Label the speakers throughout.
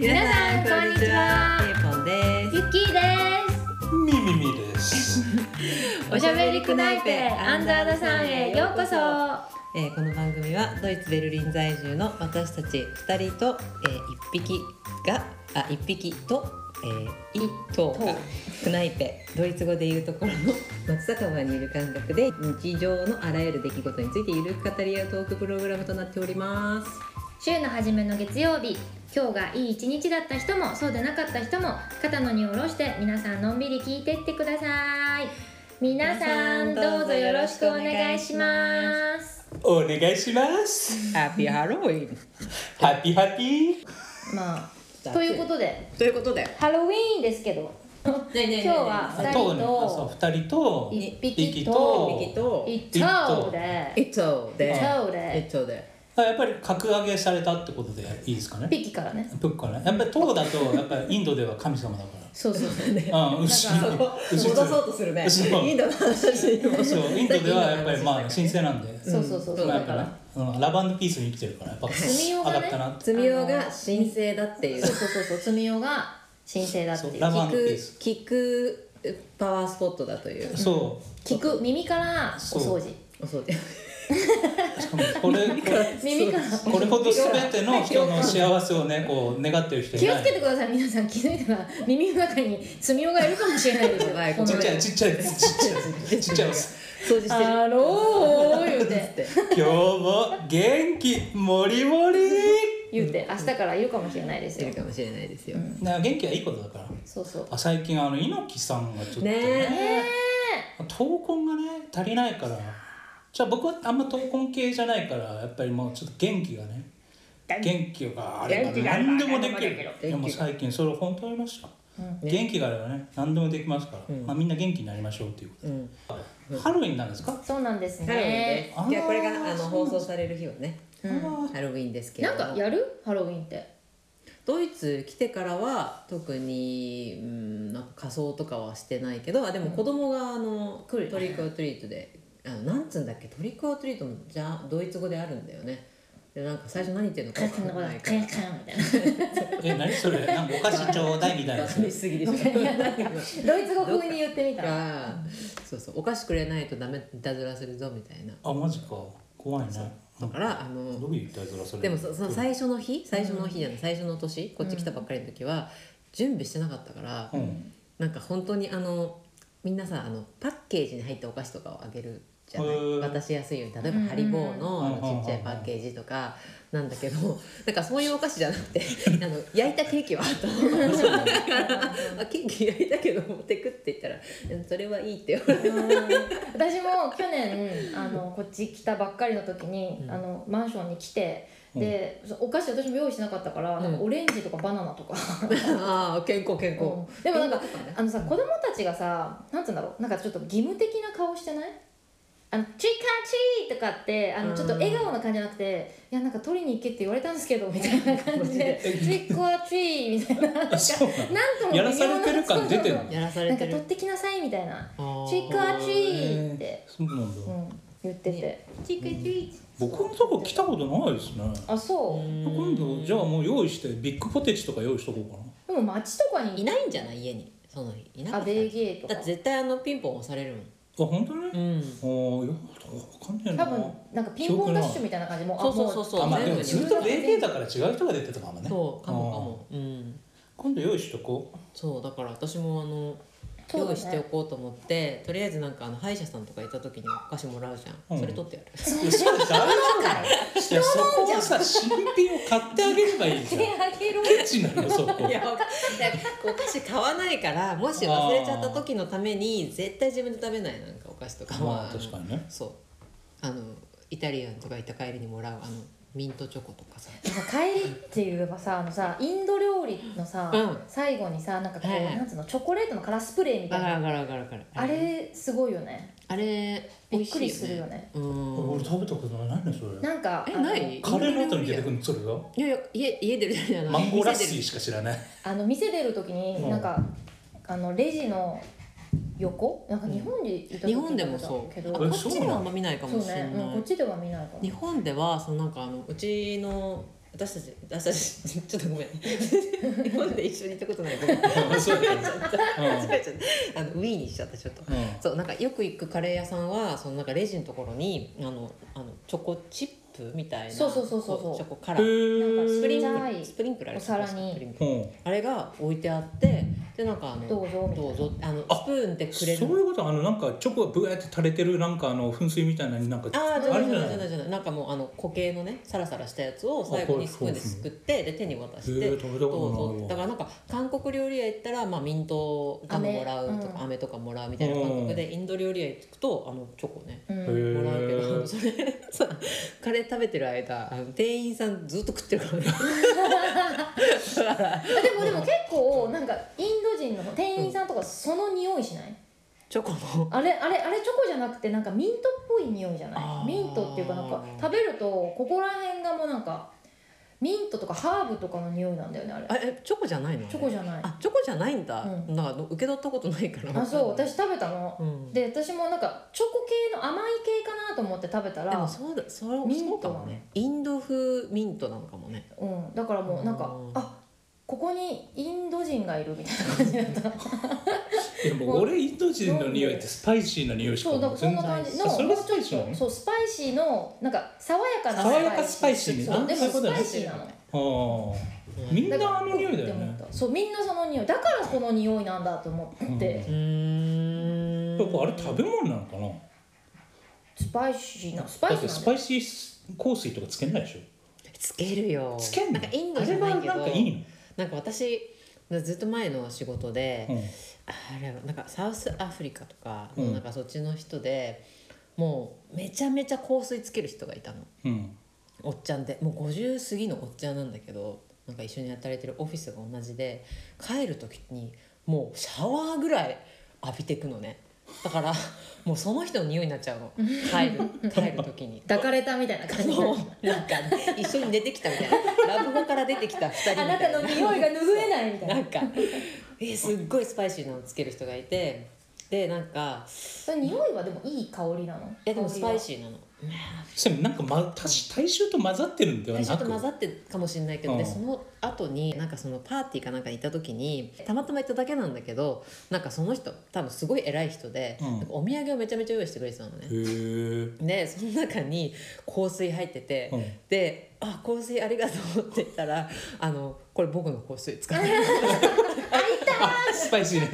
Speaker 1: 皆さんこんにちは
Speaker 2: ケイポンで
Speaker 1: ゆっきーです
Speaker 3: ミミミです。
Speaker 2: す。
Speaker 1: おしゃべりくないペアンダーダさんへようこそ
Speaker 2: えーこの番組はドイツベルリン在住の私たち二人と、えー、一匹があ一匹と、えー、一頭がクナイペドイツ語でいうところの松坂湾にいる感覚で日常のあらゆる出来事についてゆるく語り合うトークプログラムとなっております。
Speaker 1: 週の初めの月曜日今日がいい一日だった人もそうでなかった人も肩の荷を下ろして皆さんのんびり聞いてってください皆さんどうぞよろしくお願いします
Speaker 3: お願いします。
Speaker 2: ハッピーハロウィン
Speaker 3: ハッピーハッピー。
Speaker 1: まあということで
Speaker 2: ということで
Speaker 1: ハロウィーンですけど
Speaker 2: 今
Speaker 1: ねえ今日は二人と
Speaker 3: あそう二人と
Speaker 1: 一
Speaker 3: 一
Speaker 1: 匹
Speaker 3: 匹
Speaker 1: と
Speaker 3: と
Speaker 2: 一
Speaker 1: 一
Speaker 2: 匹と
Speaker 1: 頭で
Speaker 2: 一頭で
Speaker 1: 一頭で
Speaker 2: 一頭で
Speaker 3: あやっぱり格上げされたってことでいいですかね。
Speaker 1: 一匹からね
Speaker 3: プッかね。やっぱり塔だとやっぱりインドでは神様だから。
Speaker 1: そうそうそう
Speaker 3: ああ、牛。
Speaker 2: なんか
Speaker 3: 牛
Speaker 2: 戻そうとするね
Speaker 3: そう
Speaker 2: インドの話に戻
Speaker 3: そうインドではやっぱり まあ神聖なんで。
Speaker 1: そうそうそうそうだ
Speaker 3: まあやっ
Speaker 1: か
Speaker 3: ぱ
Speaker 1: ら
Speaker 3: ねうんラバンドピースに生きてるからやっぱ
Speaker 1: 住みよ
Speaker 3: 上
Speaker 1: うがね
Speaker 3: がったなって。
Speaker 2: 積みようが神聖だっていう
Speaker 1: そうそうそうそう罪用が神聖だってい
Speaker 3: そううラバ
Speaker 2: 聞
Speaker 3: ンドピー
Speaker 2: く
Speaker 3: ス。
Speaker 2: 聞くパワースポットだという
Speaker 3: そう。
Speaker 1: 聞く耳からお掃除
Speaker 2: お掃除
Speaker 3: しかもこれこれ
Speaker 1: 耳から
Speaker 3: これほど全ての人の幸せをねこう願ってる人い
Speaker 1: 気を
Speaker 3: な
Speaker 1: つ
Speaker 3: い
Speaker 1: けてください皆さん気づいたら耳の中に罪用がいるかもしれないですよ
Speaker 2: はい
Speaker 1: この
Speaker 3: ち
Speaker 1: 世
Speaker 3: っちゃいちっちゃいですちっちゃいですちっちゃいです
Speaker 2: 掃除してる
Speaker 1: あろう言う
Speaker 2: つってて
Speaker 3: 今日も元気もりもり
Speaker 1: 言うて明日からいるかもしれないです
Speaker 2: い
Speaker 1: よ
Speaker 2: るかもしれないですよ
Speaker 3: な元気はいいことだから
Speaker 1: そうそう
Speaker 3: あ最近あの猪木さんがちょっとね
Speaker 2: ね
Speaker 3: 闘魂がね足りないからじゃあ僕はあんま闘魂系じゃないからやっぱりもうちょっと元気がね元気があれば
Speaker 1: 元気があれば
Speaker 3: 何でもできる
Speaker 1: 何
Speaker 3: で
Speaker 2: でもできる
Speaker 3: も最近それを本当にありました、
Speaker 2: ね
Speaker 3: 元気があればね何でもできますから、まあ、みんな元気になりましょうということ
Speaker 2: う
Speaker 3: で、
Speaker 2: ん
Speaker 3: ハロウィンなんですか、
Speaker 1: そうなんです
Speaker 2: ハロウィンで
Speaker 1: ね
Speaker 3: あ
Speaker 2: す
Speaker 3: ー
Speaker 2: いやこれがあの放送される日はね
Speaker 3: あ
Speaker 2: ハロウィンですけれ
Speaker 1: な
Speaker 2: ど
Speaker 1: ん
Speaker 2: も
Speaker 1: かやるハロウィンって
Speaker 2: ドイツ来てからは特に、うん、なんか仮装とかはしてないけどあでも子供があの、トリックオアトリートであのなんつうんだっけトリックオアトリートのじゃドイツ語であるんだよねでなんか最初何言ってるのか
Speaker 1: カ
Speaker 2: 分
Speaker 1: ヤカのこと
Speaker 2: かんないか
Speaker 1: カ
Speaker 2: ら
Speaker 1: ヤカみたいな
Speaker 3: ーえ何それなんかお菓子ちょうだいみたいなやつ
Speaker 2: 噛 みすぎでしょ
Speaker 1: ドイツ語風に言ってみたら
Speaker 2: がそうそうお菓子くれないとダメいたずらするぞみたいな
Speaker 3: あマジか怖いね
Speaker 2: だからあの
Speaker 3: どういういたずらそれ
Speaker 2: でもそその最初の日最初の日じゃない最初の年こっち来たばっかりの時は準備してなかったから、
Speaker 3: うん
Speaker 2: なんか本当にあのみんなさあのパッケージに入ったお菓子とかをあげるじゃない
Speaker 3: へー
Speaker 2: 渡しやすいように例えばハリボーのあ
Speaker 3: うんうんうん
Speaker 2: のちっちゃいパッケージとかなんだけどなんかそういうお菓子じゃなくてあの焼いたケーキはあったあケーキ焼いたけど持ってくって言ったらうんそれはいいって 言われて
Speaker 1: 私も去年あのこっち来たばっかりの時に、あのマンションに来てで、そうお菓子私も用意しなかったから、なんかオレンジとかバナナとか、
Speaker 2: ああ健康健康、
Speaker 1: うんでもなんか
Speaker 2: 健康とね
Speaker 1: あのさ子供たちがさなんつうんだろうなんかちょっと義務的な顔してないあの「チーカーチー!」とかってあ
Speaker 2: う
Speaker 1: の
Speaker 2: ん
Speaker 1: ちょっと笑顔な感じじゃなくて「いやなんか取りに行けって言われたんですけど」みたいな感じで「 チーカーチー!」みたいななんか
Speaker 3: そうなの
Speaker 1: なんとも
Speaker 3: やらされてる感出てる
Speaker 1: そうそう
Speaker 2: やらさ
Speaker 1: そうな
Speaker 2: れ
Speaker 1: んか
Speaker 2: て
Speaker 1: 取っ
Speaker 2: る
Speaker 1: てきなさいみたいな
Speaker 2: あ
Speaker 1: 「
Speaker 2: ー
Speaker 1: チーカーチー!」って、
Speaker 3: そうなんだ、
Speaker 1: うん、言ってて「チーカーチー!」
Speaker 3: 僕のとこ来たことないですね
Speaker 1: あそう、
Speaker 3: 今度じゃあもう用意してビッグポテチとか用意しとこうかな
Speaker 1: でも街とかに
Speaker 2: いないんじゃない家にその日いなか
Speaker 1: ア
Speaker 2: った
Speaker 1: ベーゲーと
Speaker 2: だ
Speaker 1: か
Speaker 2: って絶対あのピンポン押されるもん
Speaker 3: あ本当に、
Speaker 2: うん
Speaker 3: おーよわかんねえ
Speaker 1: 多
Speaker 3: な
Speaker 1: 分なんかピンポンダッシュみたいな感じもうあ
Speaker 2: そうそうそう
Speaker 1: も
Speaker 2: そう
Speaker 3: あまあでもず
Speaker 2: 全
Speaker 3: っ
Speaker 2: 部
Speaker 3: と冷静だから違う人が出てたかもね
Speaker 2: そうかもかもうん
Speaker 3: 今度用意しとこう
Speaker 2: そうだから私もあの
Speaker 1: そうだね
Speaker 2: 用意しておこうと思って、とりあえずなんかあの歯医者さんとか行った時にお菓子もらうじゃん、
Speaker 3: うん
Speaker 2: それ取ってやる
Speaker 3: いやそれ大丈夫だよいやそこはさ新品を買ってあげればいいじゃん
Speaker 1: あげろ
Speaker 3: ケチなの そこ
Speaker 2: いやわかんないお菓子買わないからもし忘れちゃった時のために絶対自分で食べないなんかお菓子とかは、
Speaker 3: まあ確かにね
Speaker 2: そうあのイタリアンとか行った帰りにもらうあのミントチョコとかさ
Speaker 1: なんか帰りって言えばさあのさインド料理のさ、
Speaker 2: うん
Speaker 1: 最後にさなんかこう、
Speaker 2: はいはい
Speaker 1: なんつうのチョコレートのカラースプレーみた
Speaker 2: ガ
Speaker 1: いな、
Speaker 2: ラガラガラガラ
Speaker 1: あれすごいよね
Speaker 2: あれ美味
Speaker 1: びっ
Speaker 2: しいよね
Speaker 1: くりするよね
Speaker 2: うん
Speaker 3: 俺食べたことない何ねそれ
Speaker 1: なんか
Speaker 2: え
Speaker 1: あの
Speaker 2: ない
Speaker 3: カレーの後に出てくるのそれが
Speaker 2: いやいや家家でじゃない
Speaker 3: マンゴーラッシ
Speaker 2: 店
Speaker 3: ー
Speaker 2: で
Speaker 3: しか知らない
Speaker 1: あの店出る時に、
Speaker 3: うん
Speaker 1: なんかあのレジの横なんか日本でいた時
Speaker 2: 日本でもそ
Speaker 1: け
Speaker 2: う
Speaker 1: ど
Speaker 2: あ
Speaker 3: え
Speaker 2: こっ
Speaker 3: そう
Speaker 2: ち
Speaker 3: な
Speaker 2: で
Speaker 3: の
Speaker 2: はあんま見ないか
Speaker 1: そ
Speaker 2: も
Speaker 1: う
Speaker 2: しれ
Speaker 1: ね、
Speaker 2: な
Speaker 1: うん、こっ
Speaker 2: い
Speaker 1: ちでは見ないかも
Speaker 2: 日本ではそのなんかあのうちの私たち私たち ちょっとごめん日本で一緒に行ったことないごめん
Speaker 3: うんそうだよね
Speaker 2: 間違えちゃ ったあのウィーにしちゃったちょっと
Speaker 3: うん
Speaker 2: そうなんかよく行くカレー屋さんはそのなんかレジのところにあのあのチョコチップみたいな
Speaker 1: そうそうそうそうそう
Speaker 2: こチョコカラ
Speaker 3: へ
Speaker 2: ー
Speaker 3: ー
Speaker 1: なんか
Speaker 2: スプリン
Speaker 1: ちっちゃ
Speaker 2: ク
Speaker 1: い
Speaker 2: ルスプリンクラー
Speaker 1: お皿に
Speaker 2: スプリンク
Speaker 3: う
Speaker 2: ラー
Speaker 3: ん
Speaker 2: あれが置いてあってでなんかあの
Speaker 1: どうぞみたいな
Speaker 2: どうぞあの
Speaker 3: あ
Speaker 2: スプーンでくれる
Speaker 3: そういうことあのなんかチョコがブワーって垂れてるなんかあの噴水みたいなのになんか
Speaker 2: ああじゃ
Speaker 3: あ
Speaker 2: ない
Speaker 3: れ
Speaker 2: じ
Speaker 3: じ
Speaker 2: ゃ
Speaker 3: ゃ
Speaker 2: な
Speaker 3: な
Speaker 2: いじゃないいじゃないなんかもうあの固形のねサラサラしたやつを最後にスプーンですくってで手に渡して
Speaker 3: へー食べた
Speaker 2: どう
Speaker 3: ことない
Speaker 2: ぞ
Speaker 3: わ
Speaker 2: だからなんか韓国料理屋行ったら、まあ、ミントガムもらう
Speaker 1: 飴う
Speaker 2: とか
Speaker 1: ん
Speaker 2: 飴,、とかもらうみたいな感覚でインド料理屋行くとあのチョコね
Speaker 1: うん、
Speaker 2: もらうけど、それ さカレー食べてる間あの店員さんずっと食ってるからね
Speaker 1: あでもでも結構なんかインド人の店員さんとかその匂いしない、
Speaker 2: チョコの
Speaker 1: あれあれあれチョコじゃなくてなんかミントっぽい匂いじゃ
Speaker 2: あ
Speaker 1: な
Speaker 2: ー
Speaker 1: いミントっていうかなんか食べるとここら辺がもうなんかミントとかハーブとかの匂いなんだよねあれ
Speaker 2: あえチョコじゃないの
Speaker 1: チョコじゃないあ
Speaker 2: あチョコじゃないんだ、
Speaker 1: う
Speaker 2: なんか受け取ったことないから
Speaker 1: そう私食べたの、
Speaker 2: うん
Speaker 1: で私もなんかチョコ系の甘い系かなと思って食べた
Speaker 2: でも
Speaker 1: ら
Speaker 2: そうだそう
Speaker 1: ミン
Speaker 2: そうか
Speaker 1: ト
Speaker 2: もねインド風ミントなのかもね
Speaker 1: うんだからもうなんか
Speaker 2: うん
Speaker 1: あここにインド人がいるみたいな感じだった
Speaker 3: でも俺インド人の匂いってスパイシーな匂いしか
Speaker 1: そうだからそんな感じの
Speaker 3: それ
Speaker 1: もう
Speaker 3: が
Speaker 1: ちょっ
Speaker 3: スパイシーな
Speaker 1: と
Speaker 3: の
Speaker 1: そうスパイシーのなんか爽やかな
Speaker 3: 爽やかスパイシーね
Speaker 1: そうでも
Speaker 3: そういうこ
Speaker 1: ス
Speaker 3: とだ
Speaker 1: パ
Speaker 3: ね
Speaker 1: イシーなの
Speaker 3: ああみんなあの匂いだよね
Speaker 1: って思ったそうみんなその匂いだからこの匂いなんだと思って
Speaker 2: う、ーん
Speaker 3: やっぱあれ食べ物なのかな
Speaker 1: スパイシーなスパ
Speaker 3: だ
Speaker 1: イ
Speaker 3: っ
Speaker 1: シー
Speaker 3: て
Speaker 1: な
Speaker 3: ス
Speaker 1: んだ
Speaker 3: パ
Speaker 1: よ
Speaker 3: イシー香水とかつけないでしょ
Speaker 2: つけるよ
Speaker 3: つけんの
Speaker 2: なんかインドじゃないけど
Speaker 3: あれはなんかいいの
Speaker 2: なんか私ずっと前の仕事で、
Speaker 3: うん
Speaker 2: あれなんかサウスアフリカとか、
Speaker 3: うん
Speaker 2: なんかそっちの人でもうめちゃめちゃ香水つける人がいたの
Speaker 3: うん
Speaker 2: おっちゃんでもう50過ぎのおっちゃんなんだけどなんか一緒に働いてるオフィスが同じで帰る時にもうシャワーぐらい浴びてくのねだからもうその人の匂いになっちゃうの帰る帰る時に。
Speaker 1: 抱かれたみたいな感じ
Speaker 2: そうなんか一緒に寝てきたみたいなラブホから出てきた2人みた
Speaker 1: あ
Speaker 2: い
Speaker 1: な
Speaker 2: な
Speaker 1: たの匂いが拭えないみたいな
Speaker 2: なんかえーすっごいスパイシーなのつける人がいてでなんか
Speaker 1: それ匂いはでもいい香りなの
Speaker 2: いやでもスパイ
Speaker 1: ー
Speaker 2: シーなの
Speaker 3: それなんか、ま、たし大衆と混ざってるんでは
Speaker 2: 最
Speaker 3: な
Speaker 2: 初と
Speaker 3: く
Speaker 2: 混ざってるかもしれないけど、
Speaker 3: う
Speaker 2: で
Speaker 3: ん
Speaker 2: その後になんかそのパーティーかなんかに行った時にたまたま行っただけなんだけどなんかその人多分すごい偉い人で、
Speaker 3: うん
Speaker 2: なんかお土産をめちゃめちゃ用意してくれてたのね
Speaker 3: へえ
Speaker 2: でその中に香水入ってて、
Speaker 3: うん
Speaker 2: で「あ香水ありがとう」って言ったら「あのこれ僕の香水使って」
Speaker 3: あスパイシーね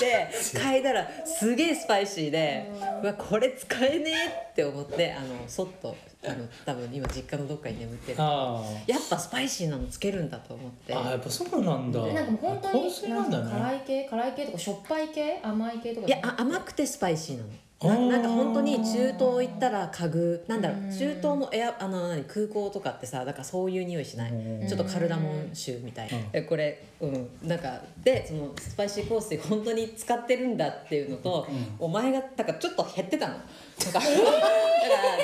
Speaker 2: で嗅いだらすげえスパイシーでうわこれ使えねえって思ってあのそっとあの多分今実家のどっかに眠ってる
Speaker 3: あ
Speaker 2: やっぱスパイシーなのつけるんだと思って
Speaker 3: ああやっぱそうなんだ
Speaker 1: なんかもう本当に
Speaker 3: 香水なんだ
Speaker 1: か辛
Speaker 3: ね
Speaker 1: い系辛い系とかしょっぱい系甘い系とか
Speaker 2: いやあ甘くてスパイシーなの。
Speaker 3: あー
Speaker 2: ななんか本当に中東行ったら家具なんだろう
Speaker 1: うん
Speaker 2: 中東のエアあの何空港とかってさだからそういう匂いしない
Speaker 3: うん
Speaker 2: ちょっとカルダモン臭みたいな
Speaker 3: うん
Speaker 2: えこれうんなんかでそのスパイシー香水本当に使ってるんだっていうのと、お前がだからちょっと減ってたのなんか、 だから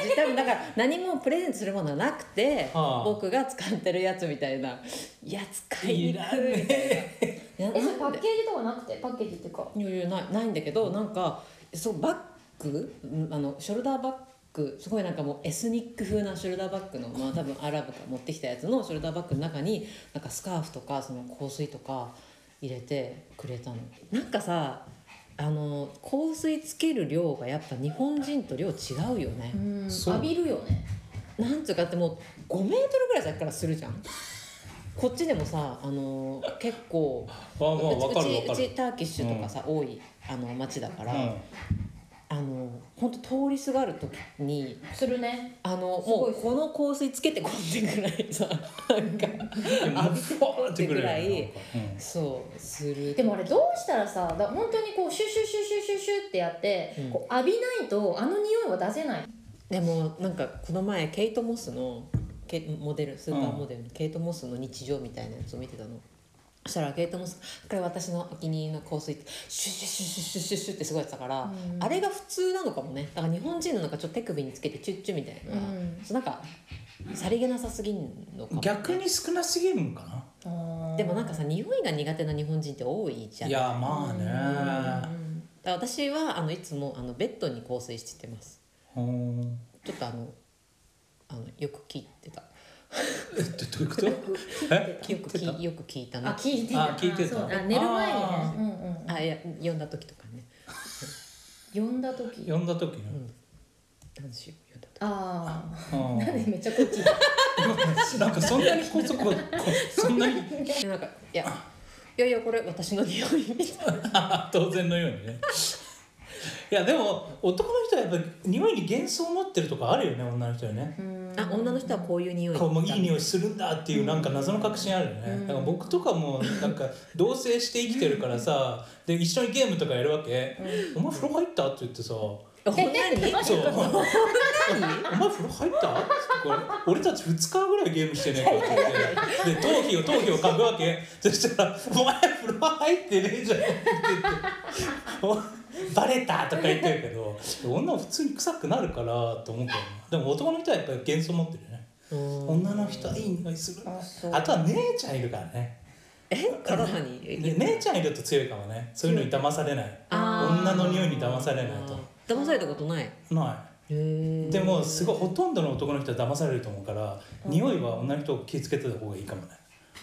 Speaker 2: 実際だから何もプレゼントするものはなくて
Speaker 3: あー
Speaker 2: 僕が使ってるやつみたいないや使いにくいみた
Speaker 3: いら
Speaker 2: い
Speaker 3: ね
Speaker 2: な
Speaker 1: えそ
Speaker 2: な
Speaker 1: れ
Speaker 2: ん
Speaker 1: パッ
Speaker 2: で
Speaker 1: ケージとかなくてパッケージっていうか
Speaker 2: 余裕ないないんだけどなんかそうバッグうんあのショルダーバッグすごいなんかもうエスニック風なショルダーバッグの、まあ、多分アラブが持ってきたやつのショルダーバッグの中になんかスカーフとかその香水とか入れてくれたの。なんかさあの香水つける量がやっぱ日本人と量違うよね
Speaker 1: う。ん
Speaker 3: そう
Speaker 1: 浴びるよね
Speaker 2: なんつうかってもう5メートルぐらい先からするじゃん。こっちでもさあの結構
Speaker 3: あまあわか
Speaker 2: う
Speaker 3: る
Speaker 2: ち
Speaker 3: わ
Speaker 2: う
Speaker 3: か
Speaker 2: ち
Speaker 3: る
Speaker 2: ターキッシュとかさ、多いあの町だから、
Speaker 3: うん
Speaker 2: あの本当通りすがる時に
Speaker 1: するね
Speaker 2: あの
Speaker 1: すご
Speaker 2: も
Speaker 1: いう
Speaker 2: この香水つけてこんでくらいさなんか
Speaker 3: でも
Speaker 2: 浴びてこんでくら
Speaker 3: ふわーっ
Speaker 2: い
Speaker 3: てくらいなんか
Speaker 2: そうする
Speaker 1: でもあれどうしたらさだ本当にこうシュシュシュシュシュシュってやって、
Speaker 2: うん
Speaker 1: こう浴びないとあの匂いは出せない
Speaker 2: でもなんかこの前ケイト・モスのケモデルスーパーモデルのケイト・モスの日常みたいなやつを見てたの。そしたらケイト・モスこれ私のお気に入りの香水ってシュシュシュシュシュシュシュってすごいやってたから、
Speaker 1: うん
Speaker 2: あれが普通なのかもねだから日本人のなんかちょっと手首につけてチュッチュみたいな、
Speaker 1: うん
Speaker 2: そうなんかさりげなさすぎんのかも、
Speaker 3: 逆に少なすぎるんかな
Speaker 2: でもなんかさ匂いが苦手な日本人って多いじゃん
Speaker 3: いやまあね
Speaker 2: だから私はあのいつもあのベッドに香水してます
Speaker 3: うん
Speaker 2: ちょっとあのあのよく聞いてた
Speaker 3: えっとどう いうことえ
Speaker 2: よく聞いよく聞いた
Speaker 1: あ
Speaker 2: な
Speaker 1: 聞いてた
Speaker 3: あ聞いてた
Speaker 1: そうあ寝る前にね
Speaker 3: あー
Speaker 1: うんうん
Speaker 2: あいや読んだ時とかね
Speaker 1: 呼んだ時
Speaker 3: 呼んだ時
Speaker 2: う
Speaker 3: の、
Speaker 2: ん男子を読んだ時
Speaker 1: ああ
Speaker 3: うん
Speaker 1: なんでめっちゃこっ ちだ
Speaker 3: なんかそんなにこそここそんなに
Speaker 2: でなんかいやいやいやこれ私の匂いみたいな
Speaker 3: 当然のようにねいやでも男の人はやっぱり匂いに幻想を持ってるとかあるよね女の人はね
Speaker 1: うーん
Speaker 2: あ女の人はこういう匂い
Speaker 3: こうもういい匂いするんだっていうなんか謎の確信あるよね、
Speaker 1: うん
Speaker 3: だから僕とかもなんか同棲して生きてるからさで一緒にゲームとかやるわけ「お前風呂入った?」って言ってさ「そ
Speaker 2: お何
Speaker 3: うお前風呂入った?」って言ってこれ俺たち2日ぐらいゲームしてねえか」って言ってで頭皮を頭皮を嗅ぐわけそしたら「お前風呂入ってねえじゃん」って言ってお「バレた!」とか言ってるけど女は普通に臭くなるからと思うけどねでも男の人はやっぱり幻想持ってるよね女の人はいい匂いする
Speaker 1: あそう
Speaker 3: あとは姉ちゃんいるからね
Speaker 2: え体に
Speaker 3: で姉ちゃんいると強いかもねそういうのに騙されない
Speaker 2: あー
Speaker 3: 女の匂いに騙されない
Speaker 2: と騙されたことない
Speaker 3: な
Speaker 2: へ
Speaker 3: いでもすごいほとんどの男の人は騙されると思うから匂いは女の人を気をつけてた方がいいかもね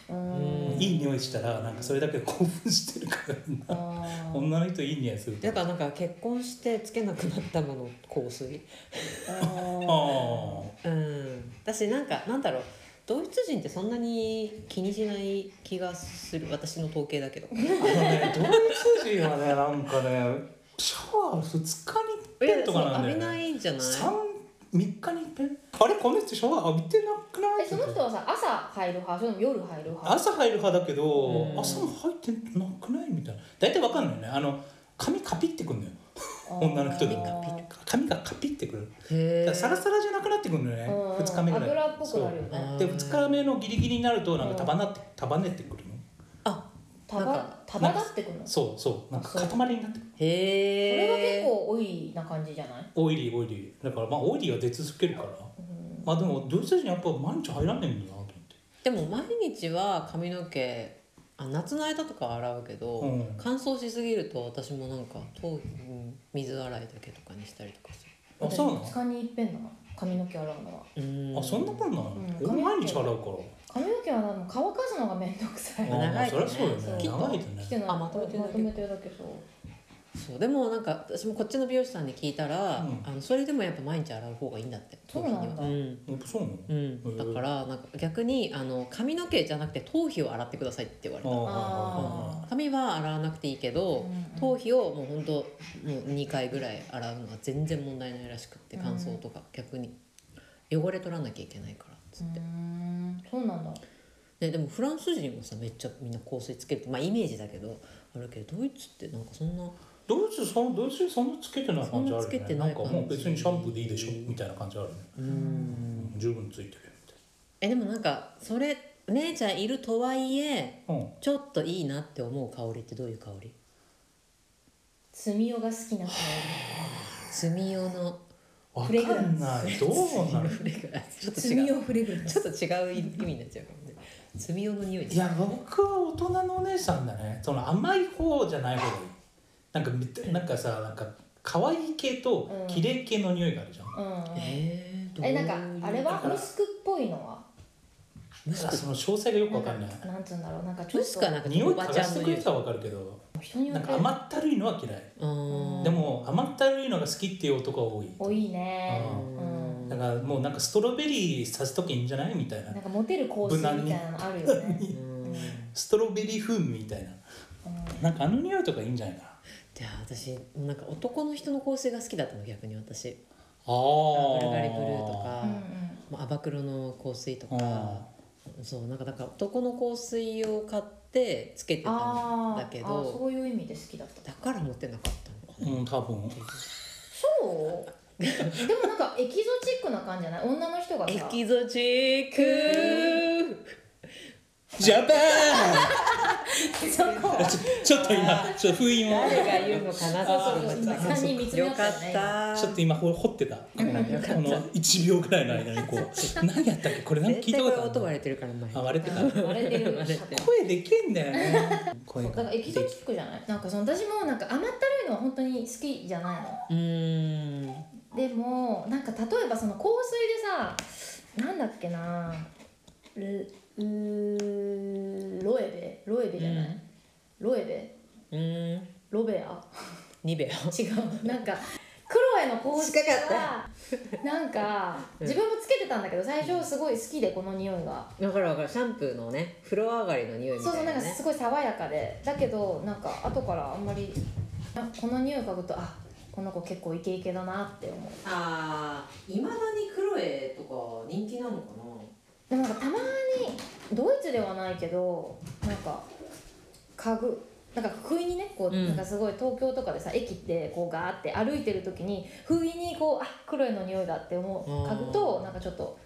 Speaker 1: うーん
Speaker 3: いい匂いしたらなんかそれだけで興奮してるからみんな
Speaker 1: あー
Speaker 3: 女の人いい匂いすると
Speaker 2: だからなんか結婚してつけなくなったもの香水
Speaker 3: あ
Speaker 2: うん私なんかなんだろうドイツ人ってそんなに気にしない気がする私の統計だ けど
Speaker 3: ああのねドイツ人はねなんかねシャワー2日に一遍とかなんだよ
Speaker 2: 浴びな
Speaker 3: ね
Speaker 2: いんじゃない
Speaker 3: 三三日に一遍あれこの人シャワー浴びてなくな
Speaker 1: え
Speaker 3: い
Speaker 1: その人はさ朝入る派それとも夜入る派
Speaker 3: 朝入る派だけど
Speaker 2: うん
Speaker 3: 朝も入ってなくないみたいな大体わかんないねあの髪カピってくんのよ女の人で
Speaker 1: あー
Speaker 2: ピッカピッ
Speaker 3: 髪がカピってくるだか
Speaker 2: へえ
Speaker 3: らサラサラじゃなくなってくるのよね
Speaker 1: うん
Speaker 3: 2日目ぐらい
Speaker 1: 油っぽくなるよ
Speaker 3: そう
Speaker 1: ね
Speaker 3: で2日目のギリギリになるとなんか束なって束ねてくるの
Speaker 2: あなん
Speaker 1: 束
Speaker 2: か
Speaker 1: 束だってくるのそ
Speaker 3: そうそうなんか塊になってくる
Speaker 2: へえ
Speaker 1: れが結構多いな感じじゃない
Speaker 3: オイリーオイリーだからまあオイリーは出続けるからまあでもドイツ人やっぱ毎日入らないんだなと思って
Speaker 2: でも毎日は髪の毛あ夏の間とかは洗うけど、
Speaker 3: うん
Speaker 2: 乾燥しすぎると私もなんか頭皮うん水洗いだけとかにしたりとかす
Speaker 3: あそうなの
Speaker 1: 2日にいっぺんだな髪の毛洗うのは
Speaker 2: るうん
Speaker 3: あそんなもんなの
Speaker 1: うん、
Speaker 3: 俺毎日洗うから
Speaker 1: 髪の毛はもう乾かすのがめんどくさい
Speaker 2: あ
Speaker 3: あ
Speaker 2: 長
Speaker 3: あ
Speaker 2: い
Speaker 3: そ
Speaker 2: とね
Speaker 3: りゃそうよね
Speaker 1: そう
Speaker 3: 長いとね
Speaker 1: 来てない
Speaker 2: あまとめてるだ
Speaker 1: ま
Speaker 2: け
Speaker 1: とめてるだけそう
Speaker 2: そうでもなんか私もこっちの美容師さんに聞いたら、
Speaker 3: うん
Speaker 2: あのそれでもやっぱ毎日洗う方がいいんだって
Speaker 1: そうなんだ
Speaker 2: 頭皮には
Speaker 3: やっぱそうなの
Speaker 2: うん、うん、だからなんか逆にあの髪の毛じゃなくて頭皮を洗ってくださいって言われた
Speaker 1: あ
Speaker 3: あ
Speaker 2: 髪は洗わなくていいけど、頭皮をもうほんともう2回ぐらい洗うのは全然問題ないらしくって
Speaker 1: うん
Speaker 2: 乾燥とか逆に汚れ取らなきゃいけないからっつ
Speaker 1: う
Speaker 2: って、
Speaker 1: んそうなんだ
Speaker 2: ね、でもフランス人もさめっちゃみんな香水つけるってまあイメージだけどあるけどドイツってなんかそんな
Speaker 3: ドイツそんドイツそんなつけてない感じある
Speaker 2: そんなつ
Speaker 3: よ
Speaker 2: け
Speaker 3: ね
Speaker 2: て
Speaker 3: な
Speaker 2: なんい
Speaker 3: か
Speaker 2: 感じ
Speaker 3: もう別にシャンプーでいいでしょみたいな感じあるね
Speaker 2: うん
Speaker 3: うん十分ついてるよ
Speaker 2: えでもなんかそれ姉ちゃんいるとはいえ
Speaker 3: みたいなうん
Speaker 2: ちょっといいなって思う香りってどういう香り
Speaker 1: 炭代が好き な香
Speaker 2: 炭用の
Speaker 3: わ
Speaker 1: フレグラ
Speaker 3: かん
Speaker 1: ンス
Speaker 3: ないどうなの
Speaker 2: フレグランスちょっと
Speaker 1: り炭
Speaker 2: 違う
Speaker 1: 代フレグラン
Speaker 2: ち
Speaker 1: ス
Speaker 2: ょっと違う意味になっちゃうかもね炭用の匂い
Speaker 3: いや僕は大人のお姉さんだねその甘い方じゃない方がいいなんかみなんかさなんか可愛い系と
Speaker 1: うん
Speaker 3: 綺麗系の匂いがあるじゃん、
Speaker 1: うんうん
Speaker 2: えーどう
Speaker 1: えなんかあれはムスクっぽいのは
Speaker 2: ム
Speaker 3: なんか
Speaker 2: ス
Speaker 3: その詳細がよく
Speaker 1: な
Speaker 3: わ
Speaker 1: ん
Speaker 3: かんない
Speaker 1: なんつうんだろうなんかちょ
Speaker 2: ム
Speaker 1: っ
Speaker 2: スか
Speaker 1: と
Speaker 2: なんか
Speaker 3: 匂い
Speaker 2: おば
Speaker 3: 嗅
Speaker 2: ち
Speaker 3: が
Speaker 2: ゃ
Speaker 3: し
Speaker 2: んの
Speaker 3: てくれ
Speaker 2: 匂い
Speaker 3: たらわかるけど
Speaker 1: 人によ
Speaker 3: なん
Speaker 1: って
Speaker 3: か甘ったるいのは嫌い
Speaker 2: うん
Speaker 3: でも甘ったるいのが好きっていう男が多い
Speaker 1: 多いねうん
Speaker 3: だからもうなんかストロベリーさせとけいいんじゃないみたいな
Speaker 1: なんかモテる香水みたいなのあるよね
Speaker 2: うん
Speaker 3: ストロベリー風味みたいななんかあの匂いとかいいんじゃないかな
Speaker 2: じゃあ私なんか男の人の香水が好きだったの逆に私
Speaker 3: あ
Speaker 2: ブルガリブルーと
Speaker 3: ー
Speaker 2: か
Speaker 1: うんう、ん
Speaker 2: まあ、アバクロの香水とか
Speaker 3: あ
Speaker 2: そうなんかだから男の香水を買ってつけてたん
Speaker 1: あー
Speaker 2: だけ
Speaker 1: あー
Speaker 2: ど
Speaker 1: そういう意味で好きだった
Speaker 2: だから持ってなかったのかな、
Speaker 3: うん多分
Speaker 1: そう でもなんかエキゾチックな感じじゃない女の人が
Speaker 2: エ
Speaker 1: さ
Speaker 2: キゾチック
Speaker 3: ジャパ
Speaker 1: そこ
Speaker 3: ンちょちょっと今ちょっと封印を
Speaker 2: 誰が言うのかな
Speaker 1: そうそう
Speaker 2: と思っ
Speaker 1: 今
Speaker 2: た
Speaker 1: 3人見つめ
Speaker 2: よ
Speaker 1: 合
Speaker 2: か
Speaker 1: た
Speaker 2: っ
Speaker 1: ね
Speaker 2: た
Speaker 3: ちょっと今ほ掘ってたこのこの1秒ぐらいの間にこう何やったっけこれなんか聞
Speaker 2: 絶
Speaker 3: いた
Speaker 2: 対こ
Speaker 3: こ
Speaker 2: れ
Speaker 3: とあ
Speaker 2: 音
Speaker 3: る
Speaker 2: 割れてるから前
Speaker 3: あ割れてた
Speaker 1: 今割れてる
Speaker 2: 割れてる
Speaker 3: 声でけんだよね声
Speaker 1: そうだからエキゾチックじゃないなんかその私もなんか甘ったるいのは本当に好きじゃないう
Speaker 2: ーん
Speaker 1: のでもなんか例えばその香水でさなんだっけなルルロエベロエベじゃない、
Speaker 2: うん
Speaker 1: ロエベ
Speaker 2: うーん
Speaker 1: ロベア
Speaker 2: ニベア
Speaker 1: 違うなんかクロエの香水
Speaker 2: 近か
Speaker 1: がなんか
Speaker 2: うん
Speaker 1: 自分もつけてたんだけど最初すごい好きでこの匂いが
Speaker 2: だからだからシャンプーのね風呂上がりの匂いみ
Speaker 1: そうそ
Speaker 2: た
Speaker 1: う
Speaker 2: い
Speaker 1: なん
Speaker 2: な
Speaker 1: か
Speaker 2: ね
Speaker 1: すごい爽やかでだけどなんか後からあんまりあこの匂い嗅ぐとあこの子結構イケイケだなって思う
Speaker 2: あいまだにクロエとか人気なのか
Speaker 1: で
Speaker 2: な
Speaker 1: もなんかたまにドイツではないけどなんか家具なんか不意にねこう、
Speaker 2: うん
Speaker 1: なんかすごい東京とかでさ駅でこうガーって歩いてる時に不意にこうあ黒いの匂いだって思
Speaker 2: う
Speaker 1: うん嗅ぐとなんかちょっと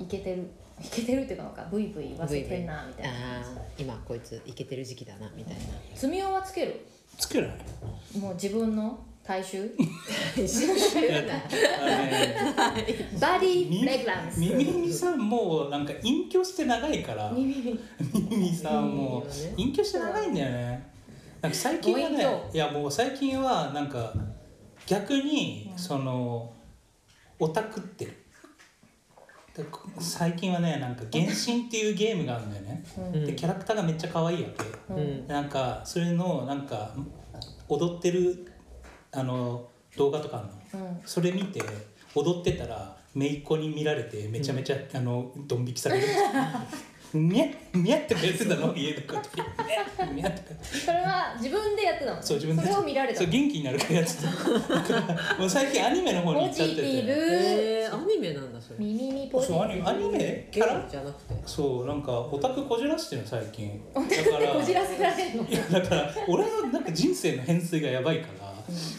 Speaker 1: イケてるイケてるっていうかなんかブイブイ言わせてんなみたいな
Speaker 2: あー今こいつイケてる時期だなみたいな
Speaker 1: 積みはつける
Speaker 3: つけない
Speaker 1: もう自分の体臭
Speaker 3: あのね
Speaker 1: バディ
Speaker 3: 耳
Speaker 1: レグラムス
Speaker 3: 耳にさんもうなんか隠居して長いから
Speaker 1: 耳に
Speaker 3: 耳さんもう
Speaker 2: 耳
Speaker 3: 隠居して長いんだよねなんか最近は
Speaker 1: ご隠
Speaker 3: ねいやもう最近はなんか逆にそのオタクってで最近はねなんか「原神」っていうゲームがあるんだよね
Speaker 1: うん
Speaker 3: でキャラクターがめっちゃ可愛いわけ
Speaker 1: うん
Speaker 2: うん
Speaker 3: なんかそれのなんか踊ってるあの動画とかあるの
Speaker 1: うん
Speaker 3: それ見て踊ってたら姪っ子に見られてめちゃめちゃ、あのドン引きされてニャッニャッとかやってたの家でこうやってニャッとか
Speaker 1: それは自分でやってたの
Speaker 3: そう自分で
Speaker 1: それを見られた
Speaker 3: そう
Speaker 1: の
Speaker 3: 元気になるからやってただからもう最近アニメの方に行
Speaker 1: ポ
Speaker 3: っちゃっ
Speaker 1: ジ
Speaker 3: て
Speaker 1: ティ
Speaker 3: て
Speaker 1: ブ
Speaker 2: えー、アニメなんだそれ
Speaker 1: 耳にポジテ
Speaker 3: そうアニ
Speaker 1: ィ
Speaker 3: メ
Speaker 1: ブ
Speaker 3: アニメキ
Speaker 2: ゲ
Speaker 3: ャ
Speaker 2: ーム
Speaker 3: ラ
Speaker 2: じゃなくて
Speaker 3: そうなんかオタクこじらしてるの最近だから
Speaker 1: こじらせられるの
Speaker 3: いやだから俺はなんか人生の変数がやばいから、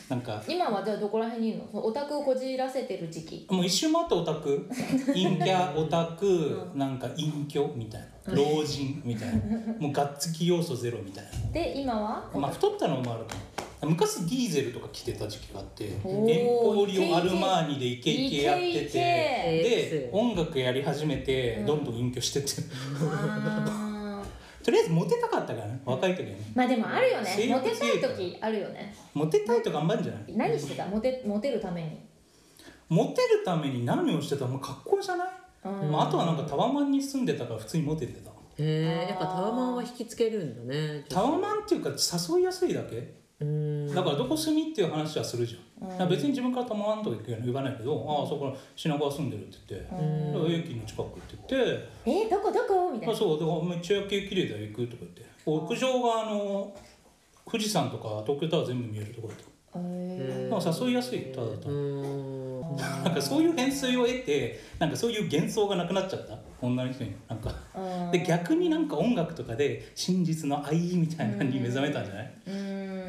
Speaker 3: なんか
Speaker 1: 今はじゃあどこら辺にいるのそのオタクをこじらせてる時期
Speaker 3: もう一周回ってオタ ク陰キャオタクなんか隠居みたいな老人みたいなもうがっつき要素ゼロみたい
Speaker 1: で今は
Speaker 3: なまあ太ったのもあるかも昔ディーゼルとか着てた時期があってエン
Speaker 1: おー
Speaker 3: ポリオアルマーニでイケイケやって
Speaker 1: イケイ
Speaker 3: て
Speaker 1: ケ
Speaker 3: で音楽やり始めて
Speaker 1: うん
Speaker 3: どんどん隠居してってる
Speaker 1: あー
Speaker 3: とりあえずモテたかったからね若い時はね
Speaker 1: まあでもあるよね
Speaker 3: 性
Speaker 1: モ
Speaker 3: 欲
Speaker 1: テたい
Speaker 3: 強いから
Speaker 1: 時あるよね
Speaker 3: モテたいと頑張るんじゃない
Speaker 1: 何してたモテモテるために
Speaker 3: モテるために何をしてたのもう格好じゃない、
Speaker 1: うん
Speaker 3: まあ、あとはなんかタワマンに住んでたから普通にモテてた
Speaker 2: へえやっぱタワマンは引きつけるんだね
Speaker 3: タワマンっていうか誘いやすいだけ
Speaker 2: うーん
Speaker 3: だからどこ住みっていう話はするじゃん、
Speaker 1: うん
Speaker 3: だから別に自分からたまんとか言わないけど、ああそこ品川住んでるって言って、
Speaker 1: うん
Speaker 3: だから駅の近くって言って、
Speaker 1: えーどこどこみたい
Speaker 3: あ
Speaker 1: な
Speaker 3: そうだからめっちゃ夜景綺麗だよ行くとか言って屋上があの富士山とか東京タワー全部見えるとこだと
Speaker 1: え
Speaker 3: だから誘いやすいただた
Speaker 2: う
Speaker 3: だ
Speaker 2: ーん
Speaker 3: なんかそういう変数を得てなんかそういう幻想がなくなっちゃった女の人になんか
Speaker 1: ー
Speaker 3: で逆になんか音楽とかで真実の愛みたいなのに目覚めたんじゃない、
Speaker 1: うーん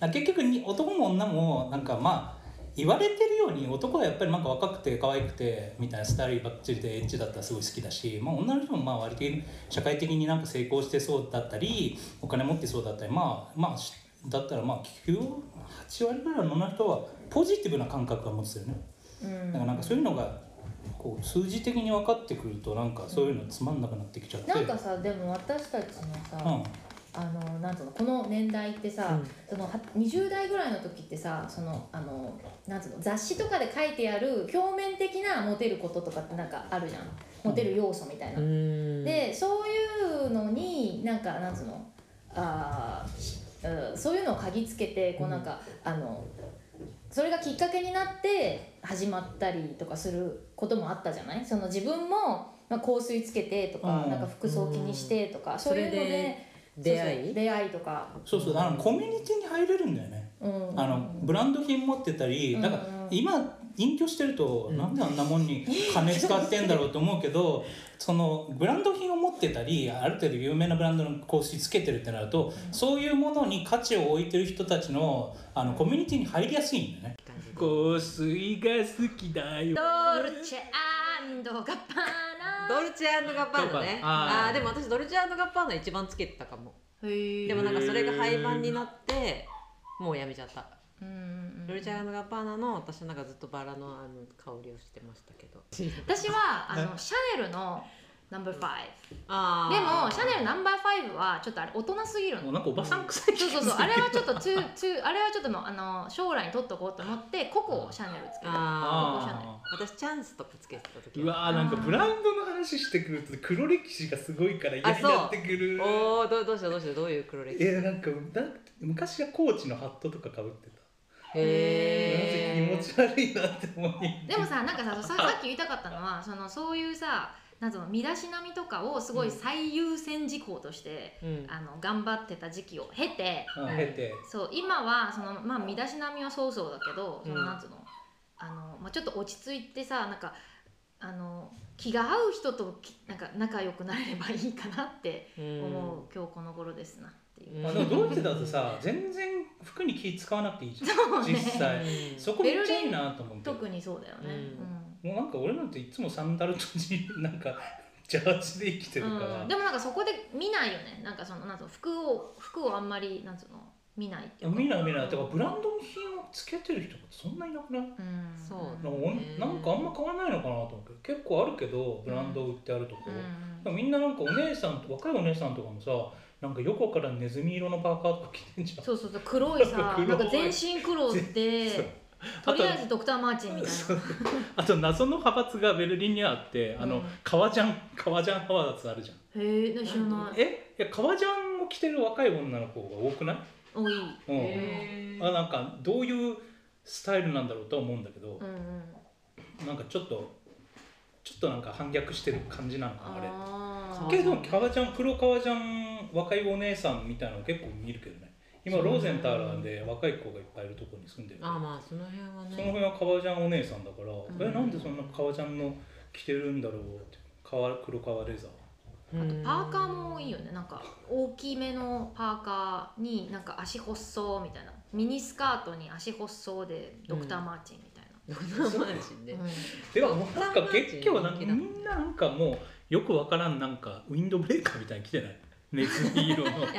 Speaker 3: あ結局に男も女もなんかまあ言われてるように男はやっぱりなんか若くて可愛くてみたいなスタイルばっちりでエッチだったらすごい好きだし、まあ、女の人もまあ割と社会的になんか成功してそうだったりお金持ってそうだったりまあまあしだったらまあ98割ぐらいの女の人はポジティブな感覚が持つよね。
Speaker 1: う
Speaker 3: だから
Speaker 1: ん
Speaker 3: なんかそういうのがこう数字的に分かってくるとなんかそういうのつまんなくなってきちゃって。
Speaker 1: なんかさでも私たちのさ、
Speaker 3: うん
Speaker 1: あのなんつうのこの年代ってさ、
Speaker 2: うん
Speaker 1: そのは20代ぐらいの時ってさそのあのなんつうの雑誌とかで書いてある表面的なモテることとかってなんかあるじゃんモテる要素みたいな。
Speaker 2: うん
Speaker 1: でそういうのになんかなんつうのあーうんそういうのを嗅ぎつけてこうなんか、あのそれがきっかけになって始まったりとかすることもあったじゃないその自分も、まあ、香水つけてとか,、
Speaker 3: うん
Speaker 1: なんか服装気にしてとか、そういうの
Speaker 2: それで
Speaker 1: で。
Speaker 2: 出会
Speaker 1: そうそう
Speaker 2: い
Speaker 1: 出会いとか、
Speaker 3: そうそうあのコミュニティに入れるんだよね。
Speaker 1: うん、
Speaker 3: あのブランド品持ってたり
Speaker 1: うん
Speaker 3: だから今隠居してると
Speaker 2: うん
Speaker 3: なんであんなもんに金使ってんだろうと思うけど そのブランド品を持ってたりある程度有名なブランドの香水つけてるってなるとそういうものに価値を置いてる人たちのあのコミュニティに入りやすいんだよね。香水が好きだよ
Speaker 4: ドルチェガッパーナ
Speaker 2: ドルチェガッパーナね
Speaker 3: ガッパーナ
Speaker 2: あーでも私ドルチェガッパーナ一番つけてたかも
Speaker 1: へえ
Speaker 2: でもなんかそれが廃盤になってもうやめちゃった
Speaker 1: うんうん
Speaker 2: ドルチェガッパーナの私なんかずっとバラのあの香りをしてましたけど
Speaker 4: 私はあのシャネルの
Speaker 1: ナンバー5
Speaker 2: あ
Speaker 1: でもシャネルナンバー5はちょっとあれ大人すぎるの
Speaker 3: もうなんかおばさん臭い気
Speaker 1: そう
Speaker 3: が
Speaker 1: そうそ
Speaker 3: する
Speaker 1: うあれはちょっとトゥトゥあれはちょっともうあの将来に取っとこうと思ってココをシャネルつけた
Speaker 3: あ
Speaker 2: 私チャンスとかつけてた
Speaker 3: ー
Speaker 2: 時
Speaker 3: うわーなんかブランドの話してくると黒歴史がすごいから嫌になってくる
Speaker 2: おおどうどうしようどうしようどういう黒歴史
Speaker 3: えー、なんかなんか昔はコーチのハットとかかぶってた、な
Speaker 2: へ
Speaker 3: んか
Speaker 2: ー
Speaker 3: 気持ち悪いなって思い
Speaker 1: でもさなんかさささっき言いたかったのはそのそういうさなんつうの身だしなみとかをすごい最優先事項として、
Speaker 2: うん
Speaker 1: あの頑張ってた時期を経て
Speaker 3: うん経て
Speaker 1: そう今はその、まあ、身だしなみはそうそうだけどその
Speaker 2: うん
Speaker 1: なんつうの,、あのまあ、ちょっと落ち着いてさなんかあの気が合う人ときなんか仲良くなれればいいかなって思う、今日この頃ですなっていう。
Speaker 3: まあ、でもドイツだとさ全然服に気使わなくていいじゃん
Speaker 1: そう
Speaker 3: 実
Speaker 1: ね
Speaker 3: 際
Speaker 2: うん
Speaker 3: そこめっちゃいいなと思うけど
Speaker 1: 特にそうだよね。
Speaker 2: うん
Speaker 3: もうなんか俺なんていつもサンダルとじなんかジャージで生きて
Speaker 1: う
Speaker 3: る
Speaker 1: ん
Speaker 3: から、
Speaker 1: うんでもなんかそこで見ないよね。なんかそのなんつうの服を服をあんまりなんつうの見ないっていうか。
Speaker 3: 見ない見ないだ
Speaker 1: う
Speaker 3: か
Speaker 1: ん
Speaker 3: らブランドの品をつけてる人ってそんないなくないなんか
Speaker 1: うん
Speaker 2: そう
Speaker 1: うん
Speaker 3: おんなんかあんま買わないのかなと思うけど結構あるけどブランド売ってあるとこ、
Speaker 1: うん
Speaker 3: でもみんななんかお姉さんと若いお姉さんとかもさなんかよくわからんネズミ色のパーカーとか着てんじゃん
Speaker 1: そうそうそう黒いさ
Speaker 3: 黒い
Speaker 1: なんか全身黒で
Speaker 3: そう
Speaker 1: とりあえずドクターマーチンみたい
Speaker 3: そう
Speaker 1: な。
Speaker 3: あと謎の派閥がベルリンにあってあの、
Speaker 1: うん
Speaker 3: 革ジャン革ジャン派閥あるじゃん
Speaker 1: へえ知らない。
Speaker 3: えいや革ジャンを着てる若い女の子が多くない、
Speaker 1: 多い。
Speaker 3: うん
Speaker 2: へー
Speaker 3: あなんかどういうスタイルなんだろうとは思うんだけ
Speaker 1: う、
Speaker 3: ど
Speaker 1: んうん。
Speaker 3: なんかちょっとちょっとなんか反逆してる感じなのかなあれ
Speaker 1: あ
Speaker 3: けど革ジャン黒革ジャン若いお姉さんみたいなの結構見るけどね今ローゼンターラーで若い子がいっぱいいるとこに住んでるけど
Speaker 2: あまあその辺は
Speaker 3: その
Speaker 2: ね
Speaker 3: 辺は革ジャンお姉さんだから、
Speaker 1: ん
Speaker 3: えなんでそんな革ジャンの着てるんだろうって革黒革レザー
Speaker 2: あ
Speaker 1: ーパーカーも多いよねなんか大きめのパーカーになんか足細そうみたいなミニスカートに足細そうでドクターマーチンみたいな。
Speaker 2: マジで
Speaker 1: うん
Speaker 3: でもなんか結局はなんか
Speaker 2: 人気
Speaker 3: み
Speaker 2: だ
Speaker 3: んななんかもうよくわからんなんかウィンドブレーカーみたいに着てないネズミ色の
Speaker 2: いや、いや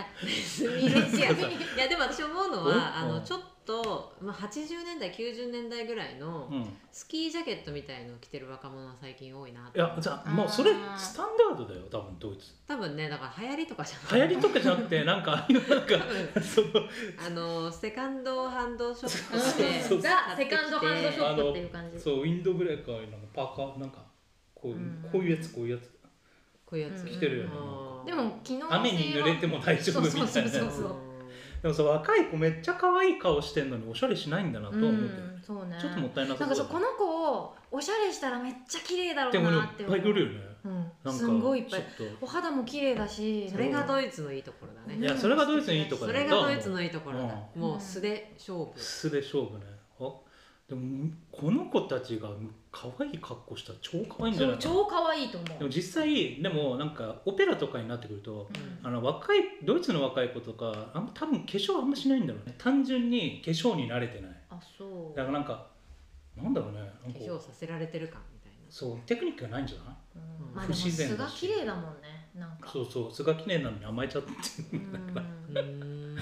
Speaker 2: いやでも私思うの
Speaker 3: うん
Speaker 2: はあ
Speaker 3: う
Speaker 2: の
Speaker 3: ん
Speaker 2: ちょっと、まあ、80年代90年代ぐらいの
Speaker 3: うんい
Speaker 2: スキージャケットみたいのを着てる若者は最近多いなって
Speaker 3: やじゃあもうそれ
Speaker 1: あー
Speaker 3: スタンダードだよ多分ドイツ
Speaker 2: 多分ねだから流行りとかじゃ
Speaker 3: 流
Speaker 2: な
Speaker 3: 行
Speaker 2: い
Speaker 3: りとかじゃなくてなんかああいうなんか
Speaker 2: 多分
Speaker 3: その
Speaker 2: あのセカンドハンドショットし
Speaker 3: そうそう
Speaker 2: て
Speaker 1: ザ・セカンドハンドショットっていう感じ。
Speaker 3: そうウィンドブレーカーのパーカーなんかこういう
Speaker 1: うん
Speaker 3: こういうやつこういうやつ
Speaker 2: こういうやつ
Speaker 1: うん
Speaker 3: 着てるよね、
Speaker 1: でも昨日の
Speaker 3: 雨に濡れても大丈夫みたいな
Speaker 1: そうそうそう
Speaker 2: うん
Speaker 1: そう
Speaker 3: でもさ若い子めっちゃ可愛い顔してんのにおしゃれしないんだなと
Speaker 1: う
Speaker 3: は思うけど、
Speaker 1: んそうね
Speaker 3: ちょっともったいなさ
Speaker 1: なん
Speaker 3: そ
Speaker 1: か
Speaker 3: う
Speaker 1: そうこの子をおしゃれしたらめっちゃ綺麗だろうなって
Speaker 3: で
Speaker 1: 思
Speaker 3: もいっぱいいうるよね
Speaker 1: う
Speaker 3: なんんか
Speaker 1: すんごいいっぱい
Speaker 3: ちょっと
Speaker 1: お肌も綺麗だし
Speaker 2: それがドイツのいいところだ
Speaker 3: い
Speaker 2: ね
Speaker 3: やそれがドイツのいいとこ
Speaker 2: そ
Speaker 3: ろだ
Speaker 2: れ
Speaker 3: よ
Speaker 2: がドイツのいいところだ
Speaker 1: うん
Speaker 2: もう素で勝負
Speaker 3: 素で勝負ねあでもこの子たちが可愛い格好したら超可愛いんじ
Speaker 1: そ
Speaker 3: ゃな
Speaker 1: う
Speaker 3: いかな
Speaker 1: 超可愛いと思
Speaker 3: で
Speaker 1: う
Speaker 3: も実際でもなんかオペラとかになってくるとあの若いドイツの若い子とかあん多分化粧あんましないんだろうね単純に化粧に慣れてない
Speaker 1: あそ
Speaker 3: だからなんかなんだろうねなんか
Speaker 2: 化粧させられてる感みたいな
Speaker 3: そうテクニックがないんじゃないう
Speaker 1: うんまあでも
Speaker 3: 不自然
Speaker 1: 素
Speaker 3: だ
Speaker 1: が
Speaker 3: し
Speaker 1: 綺麗だもんねなんか
Speaker 3: そうそう素が綺麗なのに甘えちゃって
Speaker 1: う
Speaker 3: る
Speaker 1: ん
Speaker 2: うーん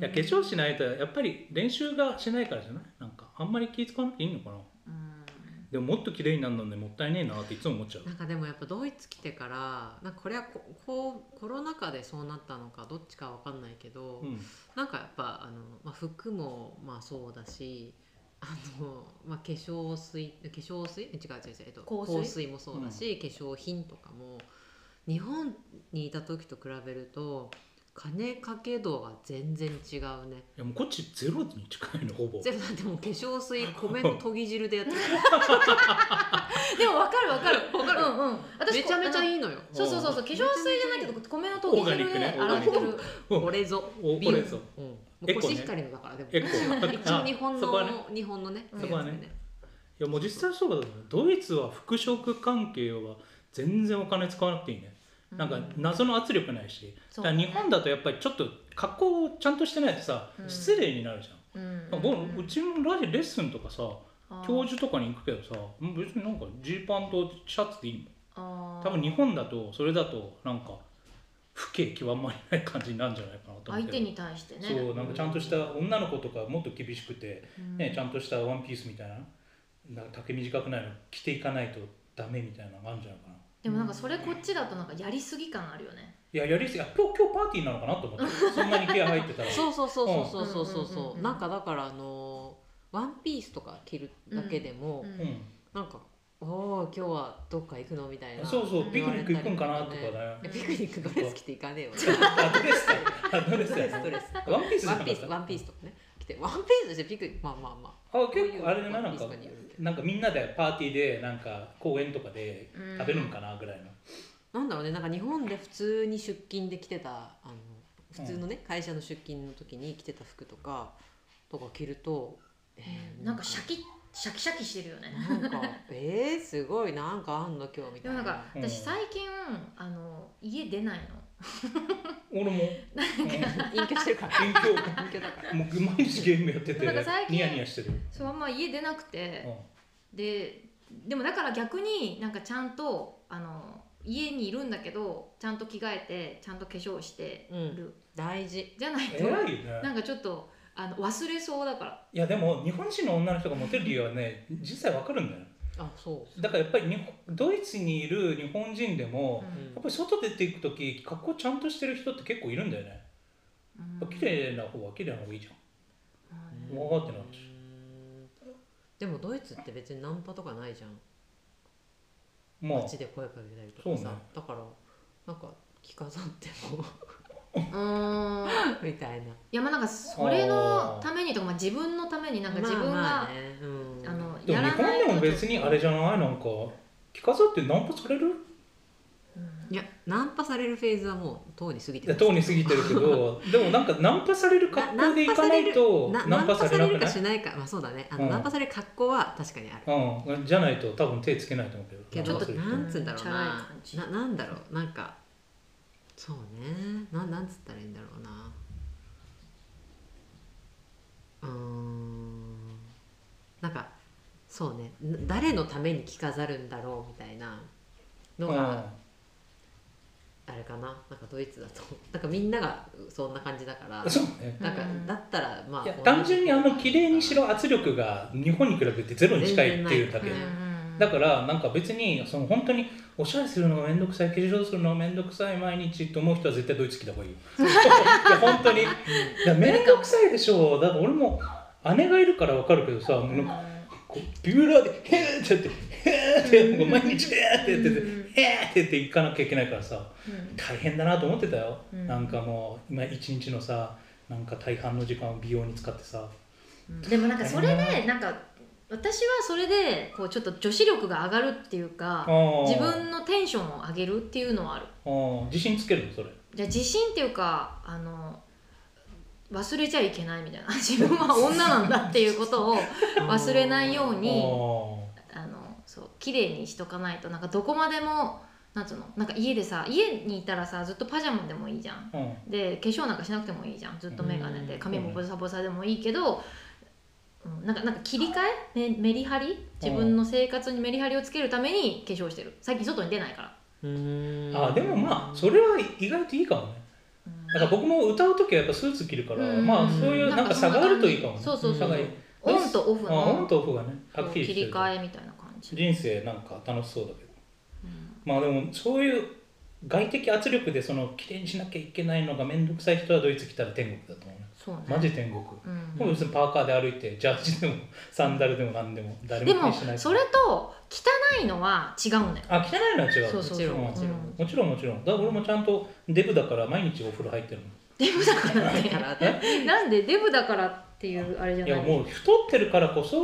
Speaker 3: いや化粧しないとやっぱり練習がしないからじゃないなんかあんまり気使わなくていいのかな
Speaker 1: うん
Speaker 3: でももっと綺麗になるのにもったいねえなっていつも思っちゃう
Speaker 2: なんかでもやっぱドイツ来てからなんかこれはここうコロナ禍でそうなったのかどっちかわかんないけど、
Speaker 3: うん
Speaker 2: なんかやっぱあの、まあ、服もまあそうだしあの、まあ、化粧水化粧水違う違う違う、えっと、
Speaker 1: 香
Speaker 2: 香
Speaker 1: 水
Speaker 2: 水もそうだし、化粧品とかも日本にいた時と比べると金かけ度が全然違うね
Speaker 3: いやもうこっちゼロに近いのほぼ
Speaker 2: 全部だってもう化粧 水米の研ぎ汁でやってる
Speaker 1: でもわかるわかるわかるうんうん私
Speaker 2: めちゃめちゃ
Speaker 1: い
Speaker 2: いいのよ
Speaker 1: そうそうそうそう化粧水じゃないけど米のとぎ汁で洗って
Speaker 3: オーガニック
Speaker 1: る
Speaker 3: ねうん
Speaker 2: これぞ
Speaker 3: お
Speaker 2: 美容
Speaker 3: これぞ
Speaker 2: うん、もう
Speaker 3: エコね
Speaker 2: コシヒカリのだからでも
Speaker 3: エコ
Speaker 2: 一応日本
Speaker 3: あ
Speaker 2: の、
Speaker 3: そこはね
Speaker 2: 日本のね
Speaker 3: そこはね
Speaker 2: やつ
Speaker 3: いやもう実際そうだと思うドイツは服飾関係は全然お金使わなくていいねなんか謎の圧力ないし、
Speaker 1: そ
Speaker 3: だ
Speaker 1: う
Speaker 3: から日本だとやっぱりちょっと格好をちゃんとしてないとさ、
Speaker 1: うん
Speaker 3: 失礼になるじゃん、
Speaker 1: うん
Speaker 3: ううちのラジレッスンとかさ
Speaker 1: あー
Speaker 3: 教授とかに行くけどさうん別になんかジーパンとシャツでいいもん
Speaker 1: あー
Speaker 3: 多分日本だとそれだとなんか不景気はあんまりない感じになるんじゃないかなと思っ
Speaker 1: 相
Speaker 3: て
Speaker 1: 手に対してね
Speaker 3: そうなんかちゃんとした女の子とかもっと厳しくて、ね、ちゃんとしたワンピースみたいななんか丈短くないの着ていかないとダメみたいなのがあるんじゃないかな
Speaker 1: でもなんかそれこっちだとなんかやりすぎ感あるよね。
Speaker 3: いややりすぎあ今日今日パーティーなのかなと思っ てそんなに気合入ってたら
Speaker 2: そうそうそうそうそうそ
Speaker 1: うんう
Speaker 2: う
Speaker 1: んうん
Speaker 2: そううんなんかだからあのーワンピースとか着るだけでも、
Speaker 1: うん
Speaker 3: うん
Speaker 2: なんか「おお今日はどっか行くの?」みたいな
Speaker 3: そうそう
Speaker 1: うん
Speaker 3: ピクニック行くんかなとかね
Speaker 2: えピクニックドレス着て行 かねえよ
Speaker 3: あドレスだあドレス
Speaker 2: ド
Speaker 3: だ
Speaker 2: レ
Speaker 3: よ
Speaker 2: スドレス
Speaker 3: ワンピースじゃな
Speaker 2: ワ
Speaker 3: か
Speaker 2: ン
Speaker 3: った
Speaker 2: ピースワンピースとかね着てワンピースでピクニックまあまあま
Speaker 3: あ
Speaker 2: あ
Speaker 3: 結構あれじゃないなんか
Speaker 2: ワンピースによるけど
Speaker 3: なんかみんなでパーティーでなんか公園とかで
Speaker 1: うん
Speaker 3: 食べるんかなぐらいの
Speaker 2: なんだろうねなんか日本で普通に出勤で着てたあの普通のね、会社の出勤の時に着てた服とかとか着ると、えー
Speaker 1: なんかシャキシャキシャキしてるよね。
Speaker 2: なんかえー、すごいなんかあんの今日み
Speaker 1: で
Speaker 2: たい
Speaker 1: も
Speaker 2: な
Speaker 1: なんか
Speaker 3: うん
Speaker 1: 私最近あの家出ないの。
Speaker 3: 俺もうん
Speaker 2: 隠居してるから
Speaker 3: 勉強
Speaker 2: 隠居だから
Speaker 3: もう毎日ゲームやってて
Speaker 1: なんか最近
Speaker 3: ニヤニヤしてる
Speaker 1: そうあんま家出なくて、
Speaker 3: う
Speaker 1: ででもだから逆になんかちゃんとあの家にいるんだけどちゃんと着替えてちゃんと化粧してる、
Speaker 2: 大事
Speaker 1: じゃない
Speaker 3: ん
Speaker 1: と
Speaker 3: 偉いよね
Speaker 1: なんかちょっとあの忘れそうだから。
Speaker 3: いやでも日本人の女の人がモテる理由はね実際わかるんだよ
Speaker 2: あそ
Speaker 3: だからやっぱり日本ドイツにいる日本人で
Speaker 1: う
Speaker 3: も、
Speaker 2: う、
Speaker 1: ん
Speaker 3: やっぱり外出ていく時格好ちゃんとしてる人って結構いるんだよね
Speaker 1: うん
Speaker 3: 綺麗な方は綺麗な方がいいじ
Speaker 1: うん
Speaker 3: ん分かってないし
Speaker 2: うんでもドイツって別にナンパとかないじゃん
Speaker 3: ゃんまあ
Speaker 2: 街で声かけたりとか
Speaker 3: そう
Speaker 2: さ、
Speaker 3: ね
Speaker 2: だからなんか着飾っても
Speaker 1: うーん
Speaker 2: みたいない
Speaker 1: やまあなんかそれのためにとか、まあ、自分のためになんか自分が、
Speaker 2: まあま
Speaker 1: あ
Speaker 2: あねうん、
Speaker 1: の
Speaker 3: で
Speaker 1: やら
Speaker 3: も日
Speaker 1: な
Speaker 3: 本
Speaker 1: い
Speaker 3: で
Speaker 1: と
Speaker 3: も別にあれじゃないなんか着飾ってナンパされる
Speaker 2: いやナンパされるフェーズはもうとうに過ぎ
Speaker 3: い
Speaker 2: て
Speaker 3: やとうに過ぎてるけどでもなんかナンパされる格好で行かないと
Speaker 2: な
Speaker 3: ナ
Speaker 2: ナ
Speaker 3: ン
Speaker 2: ン
Speaker 3: パ
Speaker 2: パ
Speaker 3: さ
Speaker 2: さ
Speaker 3: れ
Speaker 2: れ
Speaker 3: なく
Speaker 2: るか
Speaker 3: ない
Speaker 2: しないかまあそうだねあの、
Speaker 3: うん
Speaker 2: ナンパされる格好は確かにある
Speaker 3: うん、じゃないと多分手つけないと思うけ
Speaker 2: け
Speaker 3: どナ
Speaker 2: ど
Speaker 3: ンパする人
Speaker 2: なんつうんだろう
Speaker 1: チャラい
Speaker 2: な
Speaker 1: 感じ
Speaker 2: ななんだろうなんかそうねなんなんつったらいいんだろうなうーんなんかそうねな誰のために着飾るんだろうみたいなの
Speaker 3: うん
Speaker 2: があれかななんかドイツだとなんかみんながそんな感じだから
Speaker 3: そうね
Speaker 2: なんか
Speaker 1: うん
Speaker 2: だったらま
Speaker 3: い
Speaker 2: あ
Speaker 3: や単純にあの綺麗にし
Speaker 2: ろ
Speaker 3: ろ圧力が日本に比べてゼロに近いっていうだけ
Speaker 2: 全然ない
Speaker 1: うん
Speaker 3: だからなんか別にその本当におしゃれするのが面倒くさい化粧するのが面倒くさい毎日と思う人は絶対ドイツ来た 方がいいよいや本当にいや面倒くさいでしょだから俺も姉がいるからわかるけどさもうなんかこうビューラーで「へーってやって「へーってやってもう毎日「へーってやってて「へーってやって行かなきゃいけないからさ
Speaker 1: うん
Speaker 3: 大変だなと思ってたよ、
Speaker 1: うん
Speaker 3: なんかもう今一日のさなんか大半の時間を美容に使ってさ
Speaker 1: でもなんかそれでなんか私はそれでこうちょっと女子力が上がるっていうか
Speaker 3: あー
Speaker 1: 自分のテンションを上げるっていうのはある
Speaker 3: あー自信つけるのそれ
Speaker 1: じゃあ自信っていうかあの忘れちゃいけないみたいな 自分は女なんだっていうことを忘れないようにあのそう綺麗にしとかないとなんかどこまでもなんつうのなんか家でさ家にいたらさずっとパジャマでもいいじゃん
Speaker 3: あーうん
Speaker 1: で化粧なんかしなくてもいいじゃんずっと眼鏡
Speaker 2: う
Speaker 1: で
Speaker 2: ん
Speaker 1: 髪もボサボサでもいいけど、うん、なんかなんか切り替えめメリハリ自分の生活にメリハリをつけるために化粧してる最近外に出ないから、
Speaker 3: あでもまあそれは意外といいかもね
Speaker 1: うん
Speaker 3: なんか僕も歌う時はやっぱスーツ着るから、
Speaker 1: うん
Speaker 3: まあそういうなんか差があるといいかもね
Speaker 1: そうそう
Speaker 2: そ
Speaker 3: 差
Speaker 2: う
Speaker 3: がいい
Speaker 1: オンとオフ
Speaker 3: あオン
Speaker 1: の
Speaker 3: とオフがねはっきりし
Speaker 1: 切
Speaker 3: て
Speaker 1: り
Speaker 3: る
Speaker 1: 替えみたいな感じ、
Speaker 3: 人生なんか楽しそうだけど
Speaker 1: うん
Speaker 3: まあでもそういう外的圧力でその綺麗にしなきゃいけないのが面倒くさい人はドイツ来たら天国だと思うね
Speaker 1: そうね
Speaker 3: マジ天国、
Speaker 1: うん
Speaker 3: もう別にパーカーで歩いてジャージでもサンダルでも何でも誰も
Speaker 1: で
Speaker 3: 気に
Speaker 1: も
Speaker 3: しない
Speaker 1: それと汚いのは違うんだよ
Speaker 3: あ汚いのは違う
Speaker 1: そうそうそう
Speaker 2: もちろん
Speaker 1: うん
Speaker 2: もちろん
Speaker 3: もちろんもちろんだから俺もちゃんとデブだから毎日お風呂入ってるもん
Speaker 1: デブだから
Speaker 2: だか
Speaker 1: ね
Speaker 2: らね
Speaker 1: なんでデブだからっていうあれじゃ
Speaker 3: い
Speaker 1: ない
Speaker 3: やもう太ってるからこそ、